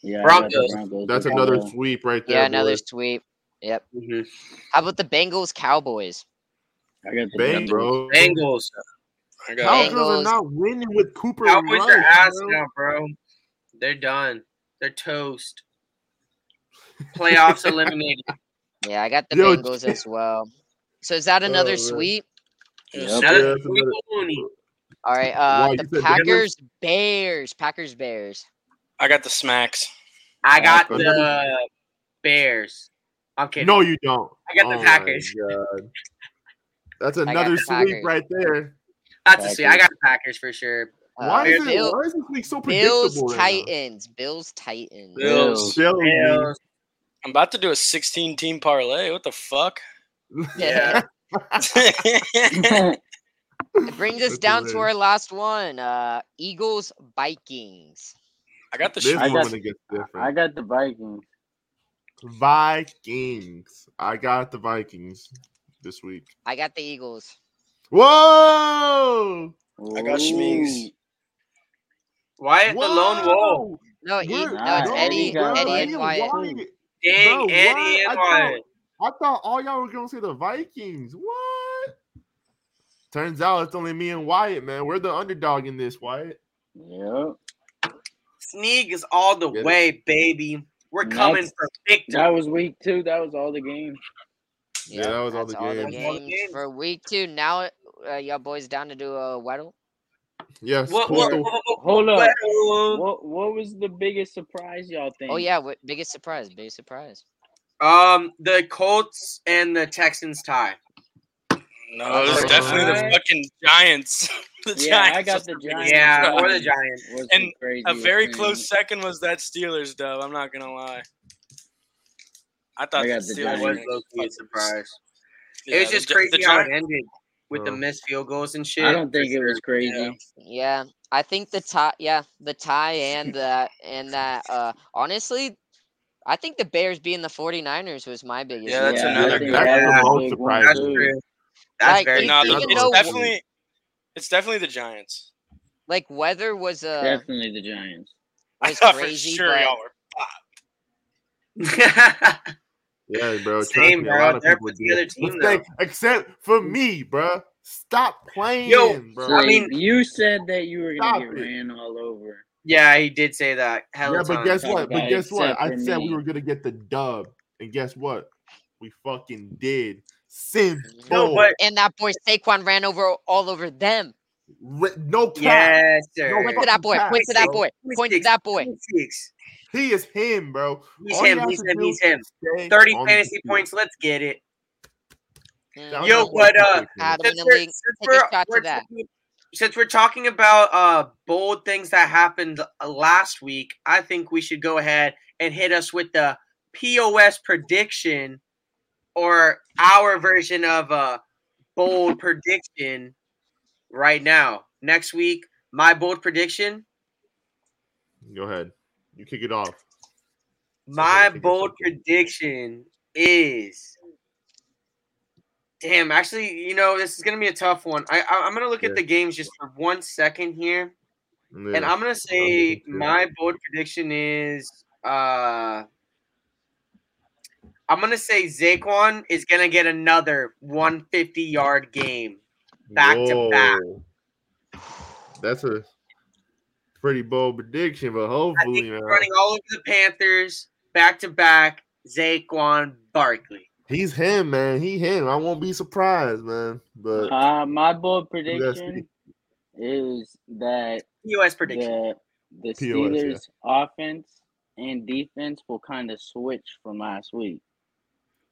S3: Yeah, I got the
S4: Broncos.
S3: Broncos
S2: That's
S3: as
S2: another
S3: well.
S2: sweep right there.
S1: Yeah,
S2: Yeah,
S1: another sweep. Yep.
S4: mhm.
S1: How about the Bengals Cowboys?
S3: I got the
S2: Bang,
S3: Bengals.
S2: bro.
S4: Bengals.
S1: Bang.
S5: I got
S2: Cowboys
S1: Bengals.
S2: are not winning with Cooper
S4: Cowboys
S2: Rush.
S4: are ass
S2: bro.
S4: now, bro. They're done. They're toast. Playoffs eliminated.
S1: Yeah, I got the
S2: Yo, Oh,
S1: Bengals as well. So is that another
S2: man.
S1: sweep?
S5: Yes.
S3: Yep.
S4: Another
S2: Yeah, that's
S4: sweet
S2: another-
S4: pony.
S1: All right. Uh,
S2: Why, you
S1: the
S2: said Bengals?
S1: Packers Bears. Packers Bears.
S5: I got the Smacks.
S4: I got
S2: but-
S4: the Bears. I'm kidding.
S2: No, you don't.
S4: I got the
S2: Oh my
S4: Packers.
S2: God. That's
S1: got
S2: another
S1: the
S2: sweep
S1: Packers.
S2: right there.
S4: That's a sweet. I got the Packers for sure.
S1: Uh,
S2: Why is, it,
S1: Bill-
S2: why is this week so predictable?
S1: Bills
S2: right now?
S1: Titans. Bills Titans.
S5: Bill- Bills.
S3: Bills.
S2: Bills.
S4: Bills.
S5: I'm about to do a 16 team parlay. What the fuck?
S4: Yeah.
S1: It brings us
S2: That's
S1: down to our
S2: hilarious.
S1: last one. Uh, Eagles Vikings.
S5: I got the
S2: This
S5: Chiefs.
S3: I
S2: one
S3: got-
S2: when it gets
S3: I
S2: different.
S3: got the Vikings.
S2: Vikings. I got the Vikings this week.
S1: I got the Eagles.
S2: Whoa!
S5: I got Schmeeks.
S4: Wyatt the lone wolf.
S2: Whoa!
S1: No, e-
S2: Where-
S1: no, it's
S3: Nah,
S1: Eddie,
S3: Eddie got
S1: Eddie, and
S3: Vikings.
S1: Wyatt.
S3: Wyatt.
S4: Dang,
S2: Bro,
S4: Eddie
S2: why?
S4: and
S2: I thought-
S4: Wyatt.
S2: I thought all y'all were gonna say the Vikings. What? Turns out it's only me and Wyatt, man. We're the underdog in this, Wyatt.
S3: Yep.
S4: Sneak is all the
S2: Get it.
S4: way, baby. We're coming
S3: Next.
S4: for victory.
S3: That was week two. That was all the games.
S2: Yeah, that was all
S1: that's
S2: the games.
S4: That was all the games.
S1: for week two. Now, uh, y'all boys down to do a Weddle.
S2: Yes.
S4: What,
S2: Cool.
S4: what,
S3: Portal.
S4: what, what, what-
S3: Hold up.
S4: what-
S3: What What was the biggest surprise y'all think?
S1: Oh yeah, what, biggest surprise, biggest surprise.
S4: Um, the Colts and the Texans tie.
S5: No,
S4: Oh,
S5: it was
S2: Uh,
S5: definitely the
S3: what?
S5: fucking Giants. the
S3: Yeah,
S5: Giants
S3: I got
S5: was
S3: the
S5: biggest
S3: Giants.
S4: Yeah,
S5: surprise.
S4: or the Giants.
S3: Was
S5: And
S3: the craziest
S5: A very
S3: thing.
S5: close second was that Steelers dub. I'm not gonna lie. I thought
S3: I got the
S5: the Steelers
S4: That
S3: Giants.
S5: were
S4: was
S5: gonna
S4: low key a
S5: fucking-
S4: surprise.
S5: Yeah,
S4: it was
S5: the
S4: just
S5: Gi-
S4: crazy
S5: the
S4: how
S5: Giants-
S4: it ended with the
S2: Oh.
S4: missed field goals and shit.
S3: I don't think it
S4: For
S3: was crazy.
S5: Yeah.
S1: Yeah, I think the tie. Yeah, the tie and that and that. Uh, honestly, I think the Bears being the 49ers was my biggest.
S5: Yeah, that's
S1: surprise.
S3: I
S5: another
S3: think
S5: good-
S2: That's
S3: that
S4: Yeah.
S2: the
S3: was a
S2: most
S3: big one,
S4: That's
S2: surprising.
S3: too.
S4: true. That's
S1: Like,
S4: very
S1: e-
S5: No,
S4: true.
S1: even
S5: it's
S1: though
S5: definitely it's definitely the Giants.
S1: like weather was uh
S3: Definitely the Giants.
S5: I
S1: was
S5: thought
S1: crazy,
S5: for sure
S1: but
S5: y'all were.
S2: Yeah, bro.
S4: Same,
S2: trust me, a
S4: bro.
S2: lot of
S4: They're
S2: people
S4: with the
S2: do.
S4: other team,
S2: Let's say- except for me, bro. Stop playing, bro.
S4: I
S3: Slade,
S4: mean-
S3: you said that you were
S2: Stop
S3: gonna get
S2: it.
S3: ran all over.
S4: yeah, he did say that. Hell
S2: yeah, but guess
S3: Talk
S2: what? But
S3: about
S2: guess what?
S3: except
S2: I
S3: for
S2: said
S3: me.
S2: we were gonna get the dub, and guess what? We fucking did. Sin.
S4: No,
S2: full.
S4: but-
S1: and that boy Saquon ran over all over them.
S2: Re- no cap.
S4: Yes, sir.
S1: Point to that boy.
S2: Fucking
S1: Point to that
S2: pass,
S1: boy. Point to
S4: 26,
S1: that boy.
S4: 26.
S2: He is him, bro.
S4: He's
S2: All you
S4: him.
S2: have
S4: He's
S2: to
S4: him.
S2: do
S4: He's him.
S2: is stay
S4: 30
S2: on the
S4: fantasy
S2: field.
S4: points. Let's get it.
S1: Mhm.
S4: Yo, but, uh,
S1: Had to win
S4: Since
S1: the
S4: we're,
S1: league.
S4: since
S1: Take
S4: we're-
S1: a shot
S4: we're
S1: to that.
S4: talking- since we're talking about uh, bold things that happened uh, last week, I think we should go ahead and hit us with the POS prediction or our version of a bold prediction right now. Next week, my bold prediction
S2: Go ahead. You kick it off.
S4: My
S2: think it's
S4: bold
S2: okay.
S4: prediction is. Damn, actually, you know, this is gonna be a tough one. I, I I'm gonna look
S2: Yeah.
S4: at the games just for one second here.
S2: Yeah.
S4: And I'm gonna
S2: looking
S4: say
S2: too.
S4: my bold prediction is uh I'm gonna say Zaquan is gonna get another 150 yard game. back to back.
S2: Whoa. That's a pretty bold prediction, but
S4: I think
S2: hopefully,
S4: he's
S2: man,
S4: running all over the Panthers back to back. Zaquan Barkley.
S2: he's him, man. He him. I won't be surprised, man. But
S3: Uh, my bold
S2: see.
S3: prediction is that
S4: US prediction.
S3: the the
S2: POS, yeah.
S3: Steelers' offense and defense will kind of switch from last week.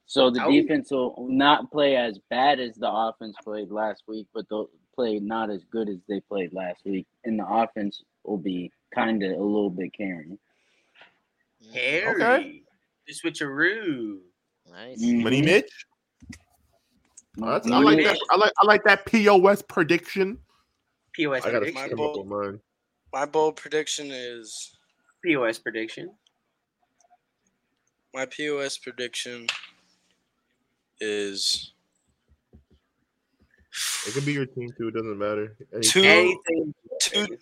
S3: So the
S4: Ow.
S3: defense will not play as bad as the offense played last week, but they'll play not as good as they played last week, and the offense will be kind of a little bit carrying.
S1: Mm-hmm.
S4: Harry.
S2: Okay.
S4: The switcheroo.
S1: Nice.
S2: Money Mitch.
S3: Mm-hmm.
S2: Oh, that's- I
S4: Money
S2: like
S4: Mitch.
S2: that. I like I like that POS prediction.
S4: POS
S2: I gotta
S5: my
S4: prediction.
S2: come
S5: bold-
S2: up with mine.
S5: My bold prediction is
S4: POS prediction.
S5: my POS prediction is
S2: It could be your team too. It doesn't matter. Any-
S5: Two-
S4: Anything.
S5: two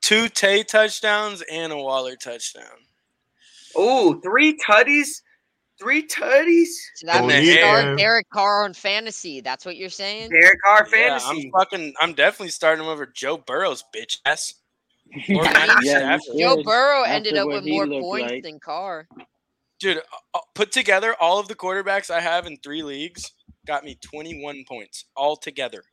S5: two Tay touchdowns and a Waller touchdown.
S4: Oh, three tutties. Three tutties.
S1: So that
S5: Oh,
S1: means
S5: yeah.
S2: Yeah.
S1: start Derek Carr on fantasy. That's what you're saying?
S4: Derek Carr
S5: Yeah,
S4: fantasy.
S5: I'm fucking. I'm definitely starting him over Joe Burrow's bitch ass. Or
S1: Yeah,
S5: Matthew
S1: you
S5: Stafford.
S1: Joe
S3: should.
S1: Burrow
S3: After
S1: ended up
S3: what
S1: with
S3: he
S1: more
S3: looked
S1: points
S3: like.
S1: than Carr.
S5: Dude, uh, put together all of the quarterbacks I have in three leagues got me 21 points all together.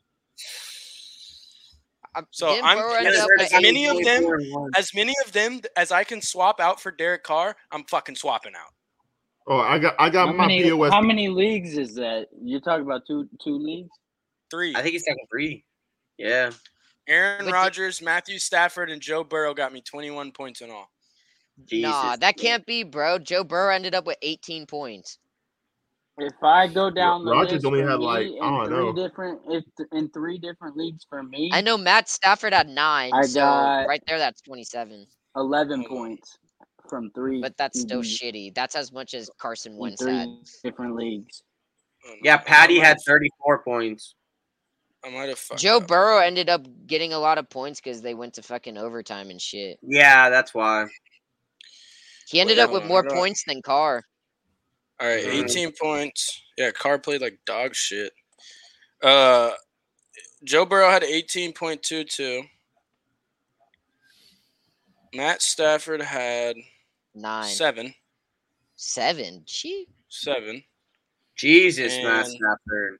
S1: Um,
S5: So
S1: didn't
S5: I'm-
S1: Burrow
S5: As-
S1: end up
S5: as
S1: with
S5: I'm
S1: eight
S5: many of them-
S1: points?
S5: As many of them as I can swap out for Derek Carr, I'm fucking swapping out.
S2: Oh, I got I got
S3: How
S2: my
S3: many,
S2: POS.
S3: how many leagues is that? You're talking about two two leagues?
S5: Three.
S4: I think he's talking three. Yeah.
S5: Aaron
S1: But the-
S5: Rodgers, Matthew Stafford, and Joe Burrow got me 21 points in all.
S4: Jesus.
S1: Nah, that can't be, bro. Joe Burrow ended up with 18 points.
S3: If I go down the
S2: Rodgers
S3: list
S2: only
S3: for
S2: had,
S3: me
S2: like,
S3: in
S2: I don't
S3: three
S2: know.
S3: different if in three different leagues for me,
S1: I know Matt Stafford had nine,
S3: I
S1: so
S3: got-
S1: right there, that's 27.
S3: eleven
S5: Hold on.
S3: points from three.
S1: Mm. But that's still
S3: QBs
S1: shitty. That's as much as Carson
S3: in
S1: Wentz had.
S3: three different leagues.
S5: Oh, no.
S4: Yeah,
S5: I
S4: Patty
S5: might
S4: had
S5: have-
S4: 34 points.
S5: I might have fucked
S1: Joe
S5: up.
S1: Burrow ended up getting a lot of points because they went to fucking overtime and shit.
S4: Yeah, that's why.
S1: He ended
S5: Wait,
S1: up
S5: hold
S1: with
S5: on,
S1: more
S5: I got-
S1: points than Carr.
S5: All right,
S4: Mhm.
S5: 18 points. Yeah, Carr played like dog shit. Uh, Joe Burrow had 18.22. Matt Stafford had
S1: Nine.
S5: seven.
S1: Seven. Gee.
S5: Seven.
S4: Jesus, Matt
S5: And-
S4: Stafford.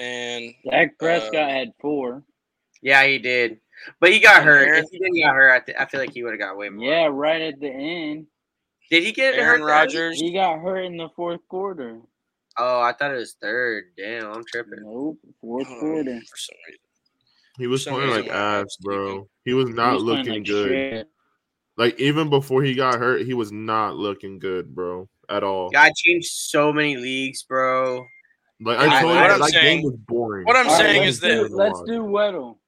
S5: And
S3: Dak Prescott
S5: Uh,
S3: had four.
S4: Yeah, he did. But he got
S5: And
S4: hurt.
S5: Aaron-
S4: If he didn't get hurt, I, th- I feel like he would have got way more.
S3: Yeah, right at the end.
S4: Did he get
S5: Aaron
S4: hurt? Rodgers.
S5: Rodgers.
S3: He got hurt in the fourth quarter.
S4: Oh, I thought it was third. Damn, I'm tripping.
S3: Nope, fourth
S5: Hold on,
S3: quarter.
S5: Oh, For some reason.
S2: He was
S5: some
S2: playing like
S5: reason why I
S2: ass,
S5: was
S2: bro.
S5: thinking-
S2: He was not
S3: He was playing
S2: looking
S3: like
S2: good.
S3: shit.
S2: Like even before he got hurt, he was not looking good, bro, at all.
S4: Yeah, I changed so many leagues, bro.
S2: Like I
S5: I-
S2: told you,
S5: what I'm
S2: that like, game
S5: saying-
S2: was boring.
S5: what I'm
S2: That
S5: saying
S2: game
S3: let's
S2: was
S5: is that-
S2: boring
S3: do,
S2: to
S3: let's
S2: watch.
S3: do Weddle.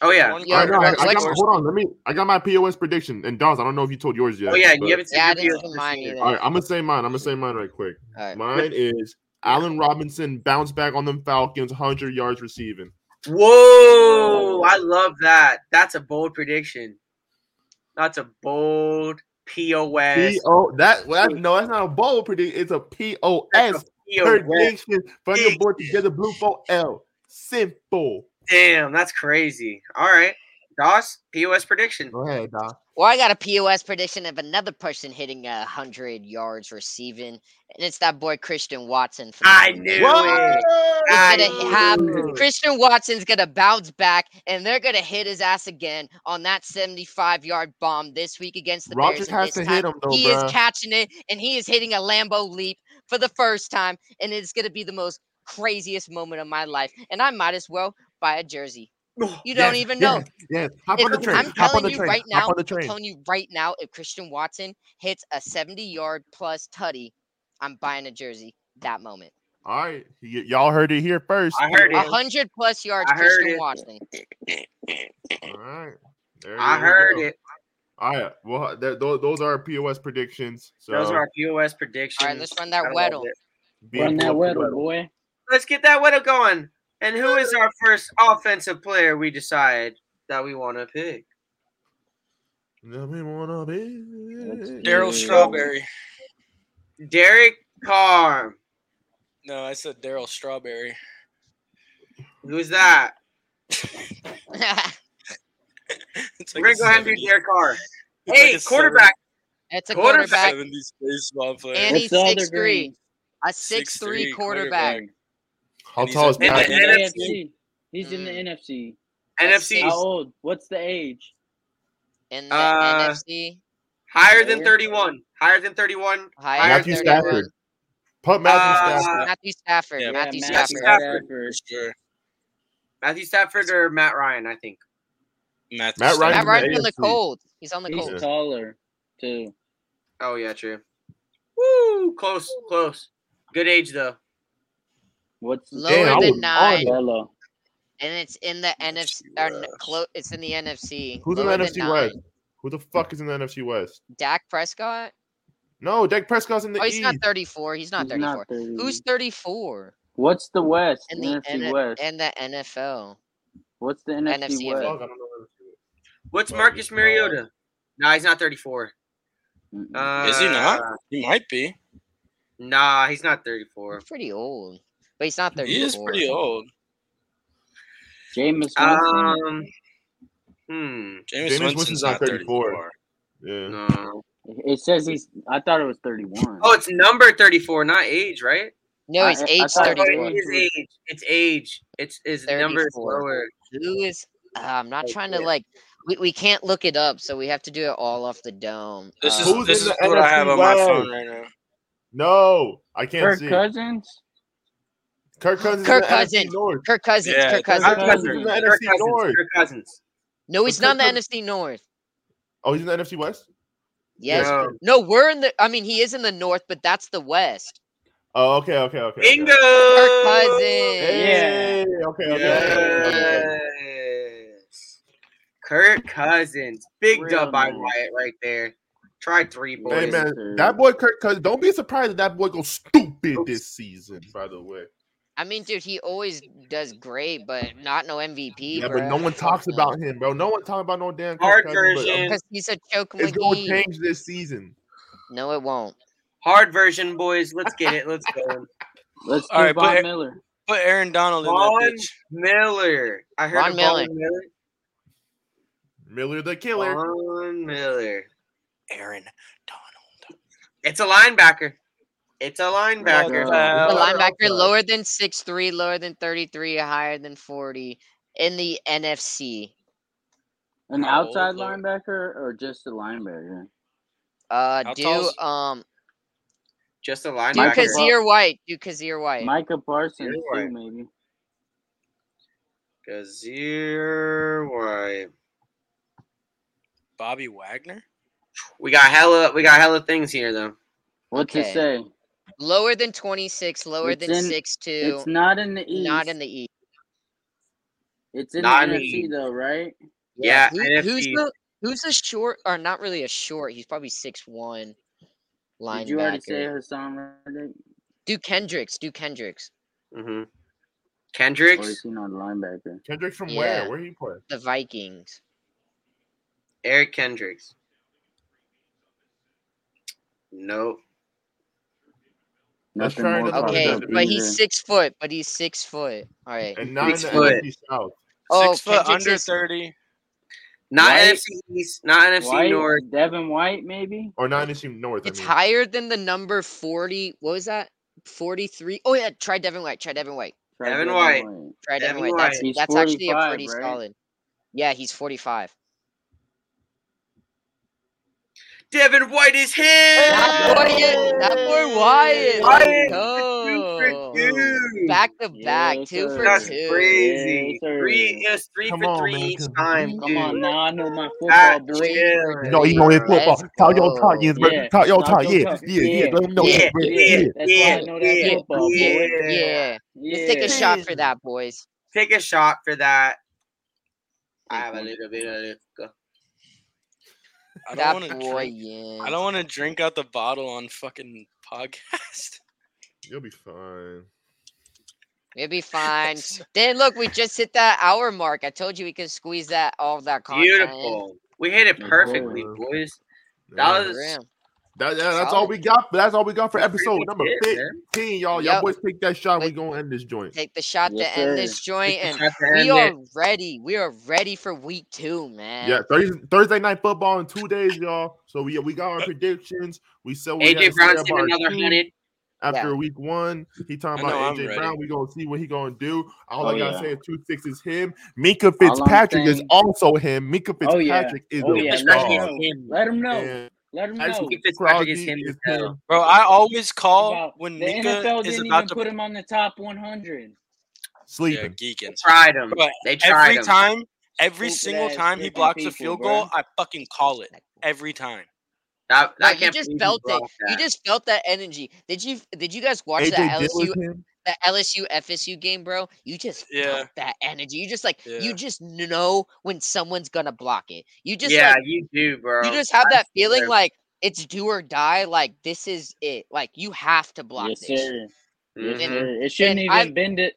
S4: Oh yeah.
S5: One
S1: Yeah,
S2: I
S5: quarter,
S2: know, I,
S1: Let's-
S2: I
S1: let's-
S2: got my, hold on. Let me. I got my POS prediction, and Dawes, I don't know if you told yours yet.
S4: Oh yeah,
S2: but-
S4: you haven't seen
S1: Yeah, I
S4: your
S1: didn't
S4: deals
S1: see
S4: this
S1: mine
S4: year.
S1: either.
S2: All right, I'm gonna say mine. I'm gonna say mine right quick.
S1: All right.
S2: Mine is Allen Robinson bounce back on them Falcons, hundred yards receiving.
S4: Whoa, I love that. That's a bold prediction. That's a bold POS.
S2: P O that well, that's, no, that's not a bold prediction. It's a
S4: That's
S2: POS
S4: a POS.
S2: prediction from your boy together blue for L. Simple.
S4: Damn, that's crazy. All right. Doss, POS prediction.
S2: Go ahead, Doc.
S1: Well, I got a POS prediction of another person hitting a hundred yards receiving, and it's that boy Christian Watson. for the
S4: I
S1: Bengals.
S4: knew it. I
S1: He's gonna have Christian Watson's gonna bounce back, and they're gonna hit his ass again on that 75 yard bomb this week against the Bears.
S2: Rodgers
S1: and
S2: has
S1: this
S2: to
S1: time
S2: hit him though,
S1: he
S2: bruh.
S1: is catching it, and he is hitting a Lambo leap for the first time, and it's gonna be the most craziest moment of my life. And I might as well buy a jersey. You don't
S2: Yes,
S1: even
S2: yes,
S1: know.
S2: Yes, hop
S1: If-
S2: on the train.
S1: I'm
S2: hop on
S1: telling
S2: the
S1: you
S2: train.
S1: right now,
S2: hop on the
S1: I'm
S2: train.
S1: telling you right now, if Christian Watson hits a 70 yard plus tutty, I'm buying a jersey that moment.
S2: All right, y- y'all heard it here first.
S4: I heard
S1: A
S4: it.
S1: 100 plus yards,
S4: I heard
S1: Christian
S4: it.
S1: Watson.
S2: All right, there
S4: I
S2: you
S4: heard
S2: go.
S4: it.
S2: All right. Well, that, those, those are our POS predictions. So
S4: Those are our POS predictions.
S1: All right, let's run that
S4: Gotta
S1: Weddle.
S4: love it.
S2: be
S3: Run that
S2: cool with the
S3: weddle,
S2: weddle.
S3: boy.
S4: Let's get that Weddle going. And who is our first offensive player we decide that we want to pick?
S2: Let me wanna be-
S3: Let's do
S5: Daryl
S3: Mm.
S5: Strawberry.
S4: Derek Carr.
S5: No, I said Daryl Strawberry.
S4: Who's that?
S5: It's
S4: We're gonna
S5: a
S4: go ahead and
S5: 70
S4: do Derek Carr.
S5: it's
S4: Hey,
S5: like a
S4: quarterback.
S1: That's a
S4: Quarterback.
S1: quarterback,
S5: 70s baseball player.
S1: And he-
S3: What's the other
S1: 6'3"
S3: green?
S1: a six-three
S5: 6'3"
S1: quarterback.
S2: How
S5: And he's
S2: tall
S5: a-
S2: is
S5: and
S3: He's
S5: the
S2: Patrick?
S3: in the
S5: NFC.
S3: AFC. He's in the
S1: Mm.
S3: NFC.
S4: NFC
S3: How
S4: 's
S3: old? What's the age?
S1: In the
S4: Uh,
S1: NFC,
S4: higher than
S3: Player.
S4: 31. Higher than 31.
S1: higher than
S2: Matthew
S4: Matthew
S1: thirty-one.
S2: Stafford. Put Matthew
S4: Uh,
S2: Stafford.
S1: Matthew Stafford.
S5: Yeah,
S1: Matthew
S3: Matthew
S1: Stafford.
S4: Stafford.
S5: For sure.
S4: Matthew Stafford or Matt Ryan, I think.
S5: Matthew
S2: Matt
S5: Stafford.
S1: Matt
S2: Ryan's in
S1: Ryan's
S2: the
S1: on the
S2: AFC.
S1: cold. He's on the
S3: He's
S1: cold.
S3: oh, taller too.
S4: Oh yeah, true. Woo, close, close. Good age though.
S3: What's the
S1: Lower
S2: Damn,
S1: than
S2: I was on
S1: nine,
S2: it.
S3: Fellow.
S1: and it's in the NFC. Or, n- clo- it's in the NFC.
S2: Who's in
S1: Lower
S2: the
S1: than
S2: NFC
S1: nine.
S2: West? Who the fuck is in the NFC West?
S1: Dak Prescott.
S2: No, Dak Prescott's in the
S1: Oh, he's
S2: East.
S1: not thirty-four. He's not
S3: He's
S1: thirty-four.
S3: thirty.
S1: Who's thirty-four
S3: What's the West?
S1: in the
S3: NFC
S1: N-
S3: West.
S1: in the NFL?
S3: What's the NFC,
S1: NFC
S3: West?
S2: Fuck, I don't know.
S4: What's
S2: Well,
S4: Marcus
S2: he's not.
S4: Mariota? No, he's not 34.
S3: Mm-mm.
S4: Uh,
S5: Is he not? He might be.
S4: Nah, he's not 34.
S1: He's pretty old, but he's not thirty-four.
S5: He is pretty old.
S3: Jameis Winston.
S4: Um, hmm.
S5: James,
S2: Jameis
S5: Winston's not 34.
S2: Yeah.
S4: No.
S3: it says he's. I thought it was thirty-one.
S4: Oh, it's number 34, not age, right?
S1: No,
S3: I-
S1: he's
S3: I
S1: age
S3: thought-
S4: Oh,
S1: thirty-four.
S4: it is age. It's age. It's his number is
S1: 34.
S4: lower.
S1: Who is? Uh, I'm not
S4: Oh,
S1: trying to
S4: yeah.
S1: like. We, we can't look it up, so we have to do it all off the dome.
S5: This
S1: Um,
S5: is,
S2: Who's
S5: this
S2: in
S5: is
S2: the
S5: what I
S2: NFC
S5: have on my
S2: West?
S5: phone right now.
S2: No, I can't
S3: Kirk
S2: see.
S3: Cousins.
S2: Kirk Cousins.
S1: Kirk
S2: is in the NFC
S1: Cousins.
S2: North.
S1: Kirk Cousins.
S5: Yeah,
S1: Kirk
S2: Kirk
S1: Cousins.
S3: Cousins.
S2: Cousins is in the
S4: Kirk
S2: NFC
S4: Cousins.
S2: North.
S4: Kirk Cousins.
S1: No, he's
S2: Kirk
S1: not in the
S2: Cousins-
S1: NFC North.
S2: Oh, he's in the NFC West.
S1: Yes.
S4: No.
S1: No, we're in the. I mean, he is in the North, but that's the West.
S2: Oh, okay, okay, okay. okay.
S4: Bingo.
S1: Kirk
S4: Oh!
S1: Cousins.
S2: Hey, okay, okay, okay, okay, okay.
S4: Yes. Kirk Cousins. Big
S3: Real
S4: dub by
S3: nice.
S4: Wyatt right there. Try three boys.
S2: Hey man,
S3: Boys.
S2: that boy Kirk Cousins. Don't be surprised if that boy goes stupid
S4: Oops.
S2: this season. By the way,
S1: I mean, dude, he always does great, but not no MVP.
S2: yeah, but no
S1: bruh.
S2: one
S1: Fuck
S2: talks
S1: no.
S2: about him, bro. No one talks about no damn
S4: Hard
S2: Kirk Cousins. But um,
S4: version.
S1: because he's a choke
S2: it's gonna
S1: McGee.
S2: change this season.
S1: No, it won't.
S4: Hard version, boys. Let's get it. Let's go.
S3: Let's do
S5: All right,
S3: Von
S5: but-
S3: Miller.
S5: Put Aaron Donald in
S4: Vaughn
S5: that bitch.
S4: Miller. I heard
S1: Von
S4: of
S1: Miller.
S4: Vaughn Miller.
S2: Miller the killer.
S4: Vaughn Miller.
S5: Aaron
S4: It's a linebacker. It's a linebacker.
S1: The
S5: Donald.
S3: Well,
S1: linebacker lower than six three, lower than 33, higher than 40 in the NFC.
S3: An
S5: How old,
S3: outside
S5: Lord?
S3: linebacker or just a linebacker?
S1: Uh,
S5: How
S1: do
S5: tall's-
S1: um,
S4: Just a
S1: do
S4: linebacker.
S3: Michael
S1: Kazir White, do Kazir White.
S3: Micah Parsons
S4: You're right.
S3: too, maybe.
S4: Kazir White.
S5: Bobby Wagner?
S4: We got hella. We got hella things here though.
S3: What's
S1: Okay.
S3: it say?
S1: Lower than 26, lower
S3: It's
S1: than
S3: in-
S1: six two,
S3: It's not in the East.
S1: not in the E. East.
S3: It's in the
S4: Not in the
S3: NFC
S4: East.
S3: though, right?
S4: Yeah,
S1: Who, who's
S4: NFC.
S1: the who's the short or not really a short? He's probably six one linebacker.
S3: Did you already say Hassan Reddick?
S1: do Kendricks? Do Kendricks?
S4: hmm
S3: Or is
S4: Kendricks,
S3: he not a linebacker?
S2: Kendrick from
S1: Yeah.
S2: where? Where he play?
S1: The Vikings.
S4: Eric Kendricks. Nope.
S2: Let's
S3: Nothing
S2: try
S3: more
S2: another one.
S1: Okay,
S3: fucked
S2: doesn't
S3: up
S1: but
S3: either.
S1: he's six foot. But he's six foot. All right.
S2: And not
S4: Six
S2: in the
S4: foot.
S2: NFC South.
S1: Oh,
S5: Six foot
S1: Kendricks
S5: under
S1: is-
S5: 30.
S4: Not
S3: White.
S4: NFC East. Not NFC
S3: White,
S4: North.
S3: Devin White, maybe.
S2: Or not NFC North.
S1: It's
S2: I mean.
S1: higher than the number 40. What was that? 43. Oh, yeah. Try Devin White. Try Devin White.
S3: Try
S4: Devin White.
S1: Try Devin,
S4: Devin
S1: White.
S4: White.
S1: That's,
S3: He's
S1: that's actually a
S3: 45,
S1: pretty
S3: right?
S1: solid. Yeah, he's 45.
S4: Devin White is here.
S1: That boy is. That boy Wyatt.
S4: Wyatt,
S1: Let's go.
S4: Two for two.
S1: Back to back.
S3: Yes,
S1: two for
S4: That's
S3: sir.
S1: two.
S4: crazy.
S3: Yes, sir.
S4: Three is three
S2: Come
S4: for
S2: on,
S4: three
S2: man,
S4: each
S2: come
S4: time,
S2: on.
S3: Come
S4: dude.
S3: on, now I know
S1: Uh,
S3: my football,
S4: That
S3: boy.
S1: Three,
S2: No, you know his
S1: let's
S2: football. Talk your
S1: go.
S2: talk, yes, bro.
S3: Yeah,
S2: Talk your
S3: talk
S2: talk,
S3: your
S2: yeah,
S3: talk.
S2: yeah, yeah.
S3: Yeah,
S2: Let him know,
S1: yeah,
S2: yeah, yeah,
S4: yeah,
S2: yeah.
S3: That's why I
S4: yeah,
S3: know that
S4: yeah,
S3: football,
S4: yeah.
S3: boy.
S1: Yeah.
S3: Yeah.
S1: Let's take a shot for that, boys.
S4: Take a shot for that. I
S3: Take
S4: have a
S3: one.
S4: little bit of liquor.
S5: I
S1: that
S5: don't want to
S1: boy,
S5: drink.
S1: yeah.
S5: I don't want to drink out the bottle on fucking podcast.
S2: You'll be fine.
S1: It'll be fine. then look, we just hit that hour mark. I told you we could squeeze that all that content. in.
S4: Beautiful. We hit it
S3: Yeah,
S4: perfectly,
S2: boy.
S4: boys.
S2: Yeah.
S4: That was
S1: Damn.
S2: That- that- that's all we got. That's all we got for episode number
S4: It, man.
S2: 15, y'all. Y'all
S1: Yep.
S2: boys take that shot. We
S1: Wait.
S2: gonna end this joint.
S1: Take the shot
S3: Yes,
S1: to end
S3: sir.
S1: this joint,
S4: We
S1: and
S4: have to
S1: we
S4: end
S1: are
S4: it.
S1: ready. We are ready for week two, man.
S2: Yeah, Thursday, Thursday night football in two days, y'all. So we we got our predictions. We said what we had to
S4: AJ
S2: say
S4: Brown
S2: about
S4: said
S2: our
S4: another
S2: team
S4: hundred.
S2: after
S1: Yeah.
S2: week one. He talking
S5: I know,
S2: about
S5: I'm
S2: AJ
S5: ready.
S2: Brown. We gonna see what he gonna do. All
S3: Oh,
S2: I gotta
S3: yeah.
S2: say is two six is him. Minka Fitzpatrick is
S3: saying-
S2: also him. Minka
S3: Oh, yeah.
S2: Fitzpatrick is
S3: Oh,
S2: a
S3: yeah,
S4: Minka
S3: let
S2: dog.
S3: him
S4: Fitzpatrick
S3: know.
S4: is him.
S3: Let him know.
S2: And
S3: Let him know.
S2: Tyson
S4: Minka Fitzpatrick is
S2: Crosby
S4: him
S2: is
S4: as hell.
S2: him.
S5: Bro, I always call
S3: About-
S5: when
S3: the
S5: Minka
S3: NFL
S5: is
S3: didn't
S5: about
S3: even
S5: to
S3: put him on the top 100.
S5: yeah,
S2: sleeping.
S4: They
S5: geeking.
S4: tried him.
S5: Bro,
S4: They tried
S5: Every
S4: him.
S5: time, every
S3: Stupid
S5: single
S3: ass
S5: time he
S3: freaking
S5: blocks a
S3: people,
S5: field
S3: bruh.
S5: goal, I fucking call it every time.
S4: That,
S1: Bro,
S4: that
S1: you
S4: can't
S1: just
S4: believe he
S1: felt it.
S4: blocked
S1: You
S4: that.
S1: just felt that energy. Did you? Did you guys watch that
S2: AJ
S1: LSU
S2: Dillon's him.
S1: that LSU FSU game, bro? You just
S5: Yeah.
S1: felt that energy. You just like
S5: Yeah.
S1: you just know when someone's gonna block it. You just
S4: yeah,
S1: like
S4: you do, bro.
S1: you just have
S4: I
S1: that feeling
S4: swear.
S1: like it's do or die. Like this is it. Like you have to block
S3: Yes,
S1: this.
S3: sir.
S1: And-
S3: Yes,
S4: Mhm.
S3: sir. It shouldn't
S1: and
S3: even
S1: I-
S3: been to,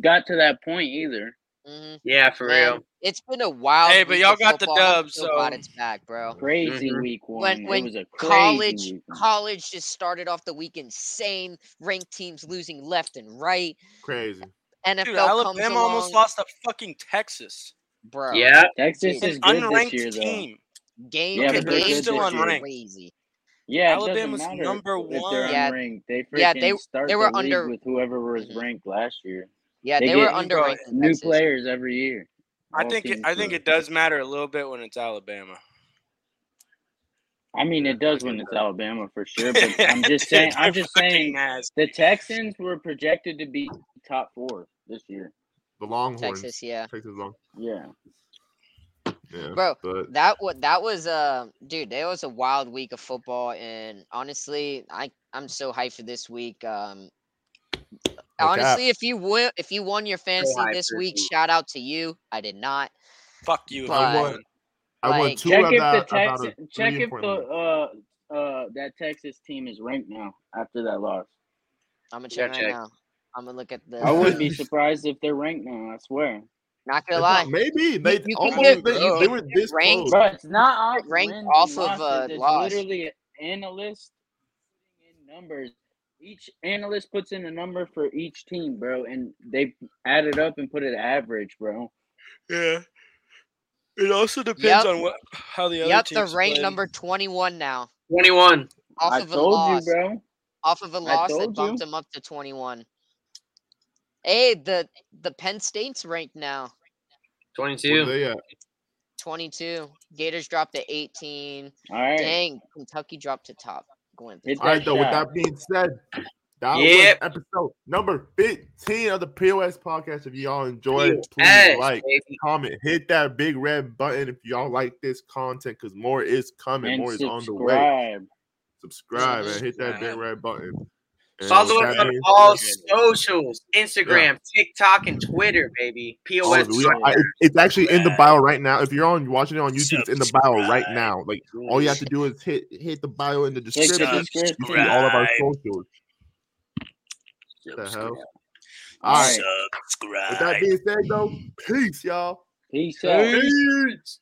S3: got to that point either.
S1: Mhm.
S4: Yeah, for
S1: Man,
S4: real.
S1: it's been a wild.
S5: Hey, but
S1: week
S5: y'all
S1: of
S5: got the
S1: football, and I'm
S5: dub,
S1: so glad
S5: so-
S1: it's back, bro.
S3: Crazy
S4: Mhm.
S3: week one.
S1: Mm-hmm. When
S3: it
S1: when
S3: was a crazy
S1: college
S3: week one.
S1: college just started off the week insane. Ranked teams losing left and right.
S2: Crazy.
S1: NFL
S5: Dude,
S1: comes
S5: Alabama
S1: along,
S5: almost lost to fucking Texas.
S1: bro.
S4: Yeah.
S3: Texas
S1: Dude,
S3: is good
S5: Unranked
S3: this year, though.
S5: team.
S1: Game
S3: Yeah,
S1: the
S3: but they're
S1: games
S3: good
S5: still
S1: were
S3: this year.
S5: unranked.
S1: crazy.
S3: Yeah,
S5: Alabama's
S3: it doesn't matter
S5: number
S3: if they're
S5: one.
S1: Yeah,
S3: unranked. They freaking
S1: yeah, they-
S3: start
S1: they were
S3: the league
S1: under-
S3: with whoever was
S1: Mhm.
S3: ranked last year.
S1: Yeah,
S3: They
S1: they, were
S3: get
S5: new, bro.
S1: underranked in
S3: New
S1: Texas.
S3: players every year.
S5: I
S3: All
S5: think it,
S3: teams
S5: I think
S3: do.
S5: it does matter a little bit when it's Alabama.
S3: I mean,
S2: Yeah,
S3: it does
S2: I
S3: when
S2: get
S3: it's Alabama for sure. But I'm just saying. I'm
S5: They're
S3: just
S5: fucking
S3: saying.
S5: ass.
S3: The Texans were projected to be top four this year.
S2: The Longhorns.
S1: Texas,
S2: Texas,
S1: yeah,
S2: Long.
S3: Yeah.
S2: Yeah,
S1: bro.
S2: but
S1: That was that was uh dude, that was a wild week of football, and honestly, I I'm so hyped for this week. Um,
S2: No cap.
S1: honestly, if you win, if you won your fantasy
S4: hyped
S1: this
S4: for this
S1: week,
S4: week.
S1: shout out to you. I did not.
S5: Fuck you. if you
S1: But-
S5: won.
S2: I
S1: like-
S2: want two
S3: check
S2: of
S3: if
S2: that.
S3: the
S2: about
S3: Texas.
S2: a
S3: Check
S2: three
S3: if
S2: point
S3: the
S2: lead.
S3: uh uh that Texas team is ranked now after that loss.
S1: I'm gonna check
S4: gotta
S1: right
S4: check.
S1: now. I'm gonna look at the.
S3: I wouldn't be surprised if they're ranked now. I swear.
S1: Not
S2: It's
S1: gonna
S2: not-
S1: lie,
S2: Maybe
S1: you
S2: they
S1: can
S2: almost
S5: get-
S2: they,
S5: you
S2: they
S5: can
S2: were
S1: get
S2: this
S1: ranked-
S2: close.
S3: Bro, it's not off
S1: ranked
S3: wins
S1: off of,
S3: and losses.
S1: uh,
S3: It's
S1: loss.
S3: literally analysts putting in numbers. Each analyst puts in a number for each team, bro, and they add it up and put it average, bro.
S5: Yeah. It also
S1: Yep.
S5: depends on what how the other
S1: yep, they're
S5: teams
S1: ranked
S5: played.
S1: number 21 now.
S4: 21.
S1: Off
S3: I
S1: of a
S3: told
S1: loss,
S3: you, bro.
S1: off of a loss that
S3: told
S1: bumped
S3: you.
S1: them up to 21. Hey, the the Penn State's ranked now
S4: 22.
S2: Where they at?
S1: 22. Gators dropped to 18.
S3: All right.
S1: Dang, Kentucky dropped to top. Going to
S3: Hit
S1: top.
S2: All right, though. With
S3: shot.
S2: that being said, that
S4: Yep.
S2: was episode number fifteen of the POS podcast. If y'all enjoyed, please
S4: Yes,
S2: like,
S4: baby.
S2: comment, hit that big red button if y'all like this content, because more is coming,
S3: And
S2: more is on the way.
S3: subscribe.
S2: Subscribe and hit that big
S5: Subscribe.
S2: red button. And
S4: Follow
S2: with
S4: us
S2: that
S4: on
S2: being
S4: all
S2: said-
S4: socials Instagram, TikTok, and Twitter, baby.
S2: All
S4: POS.
S2: of it. oh, We, I, it's- it's actually in the bio right now. If you're on watching it on YouTube, it's in the bio right
S5: Subscribe.
S2: now. Like all you have to do is hit hit the bio in the description.
S3: description.
S2: You see all of our
S5: Subscribe.
S2: socials. The hell.
S5: Subscribe.
S2: All right. With
S5: Subscribe.
S2: that being said, though, peace, y'all.
S3: Peace out.
S5: Peace.
S4: Peace.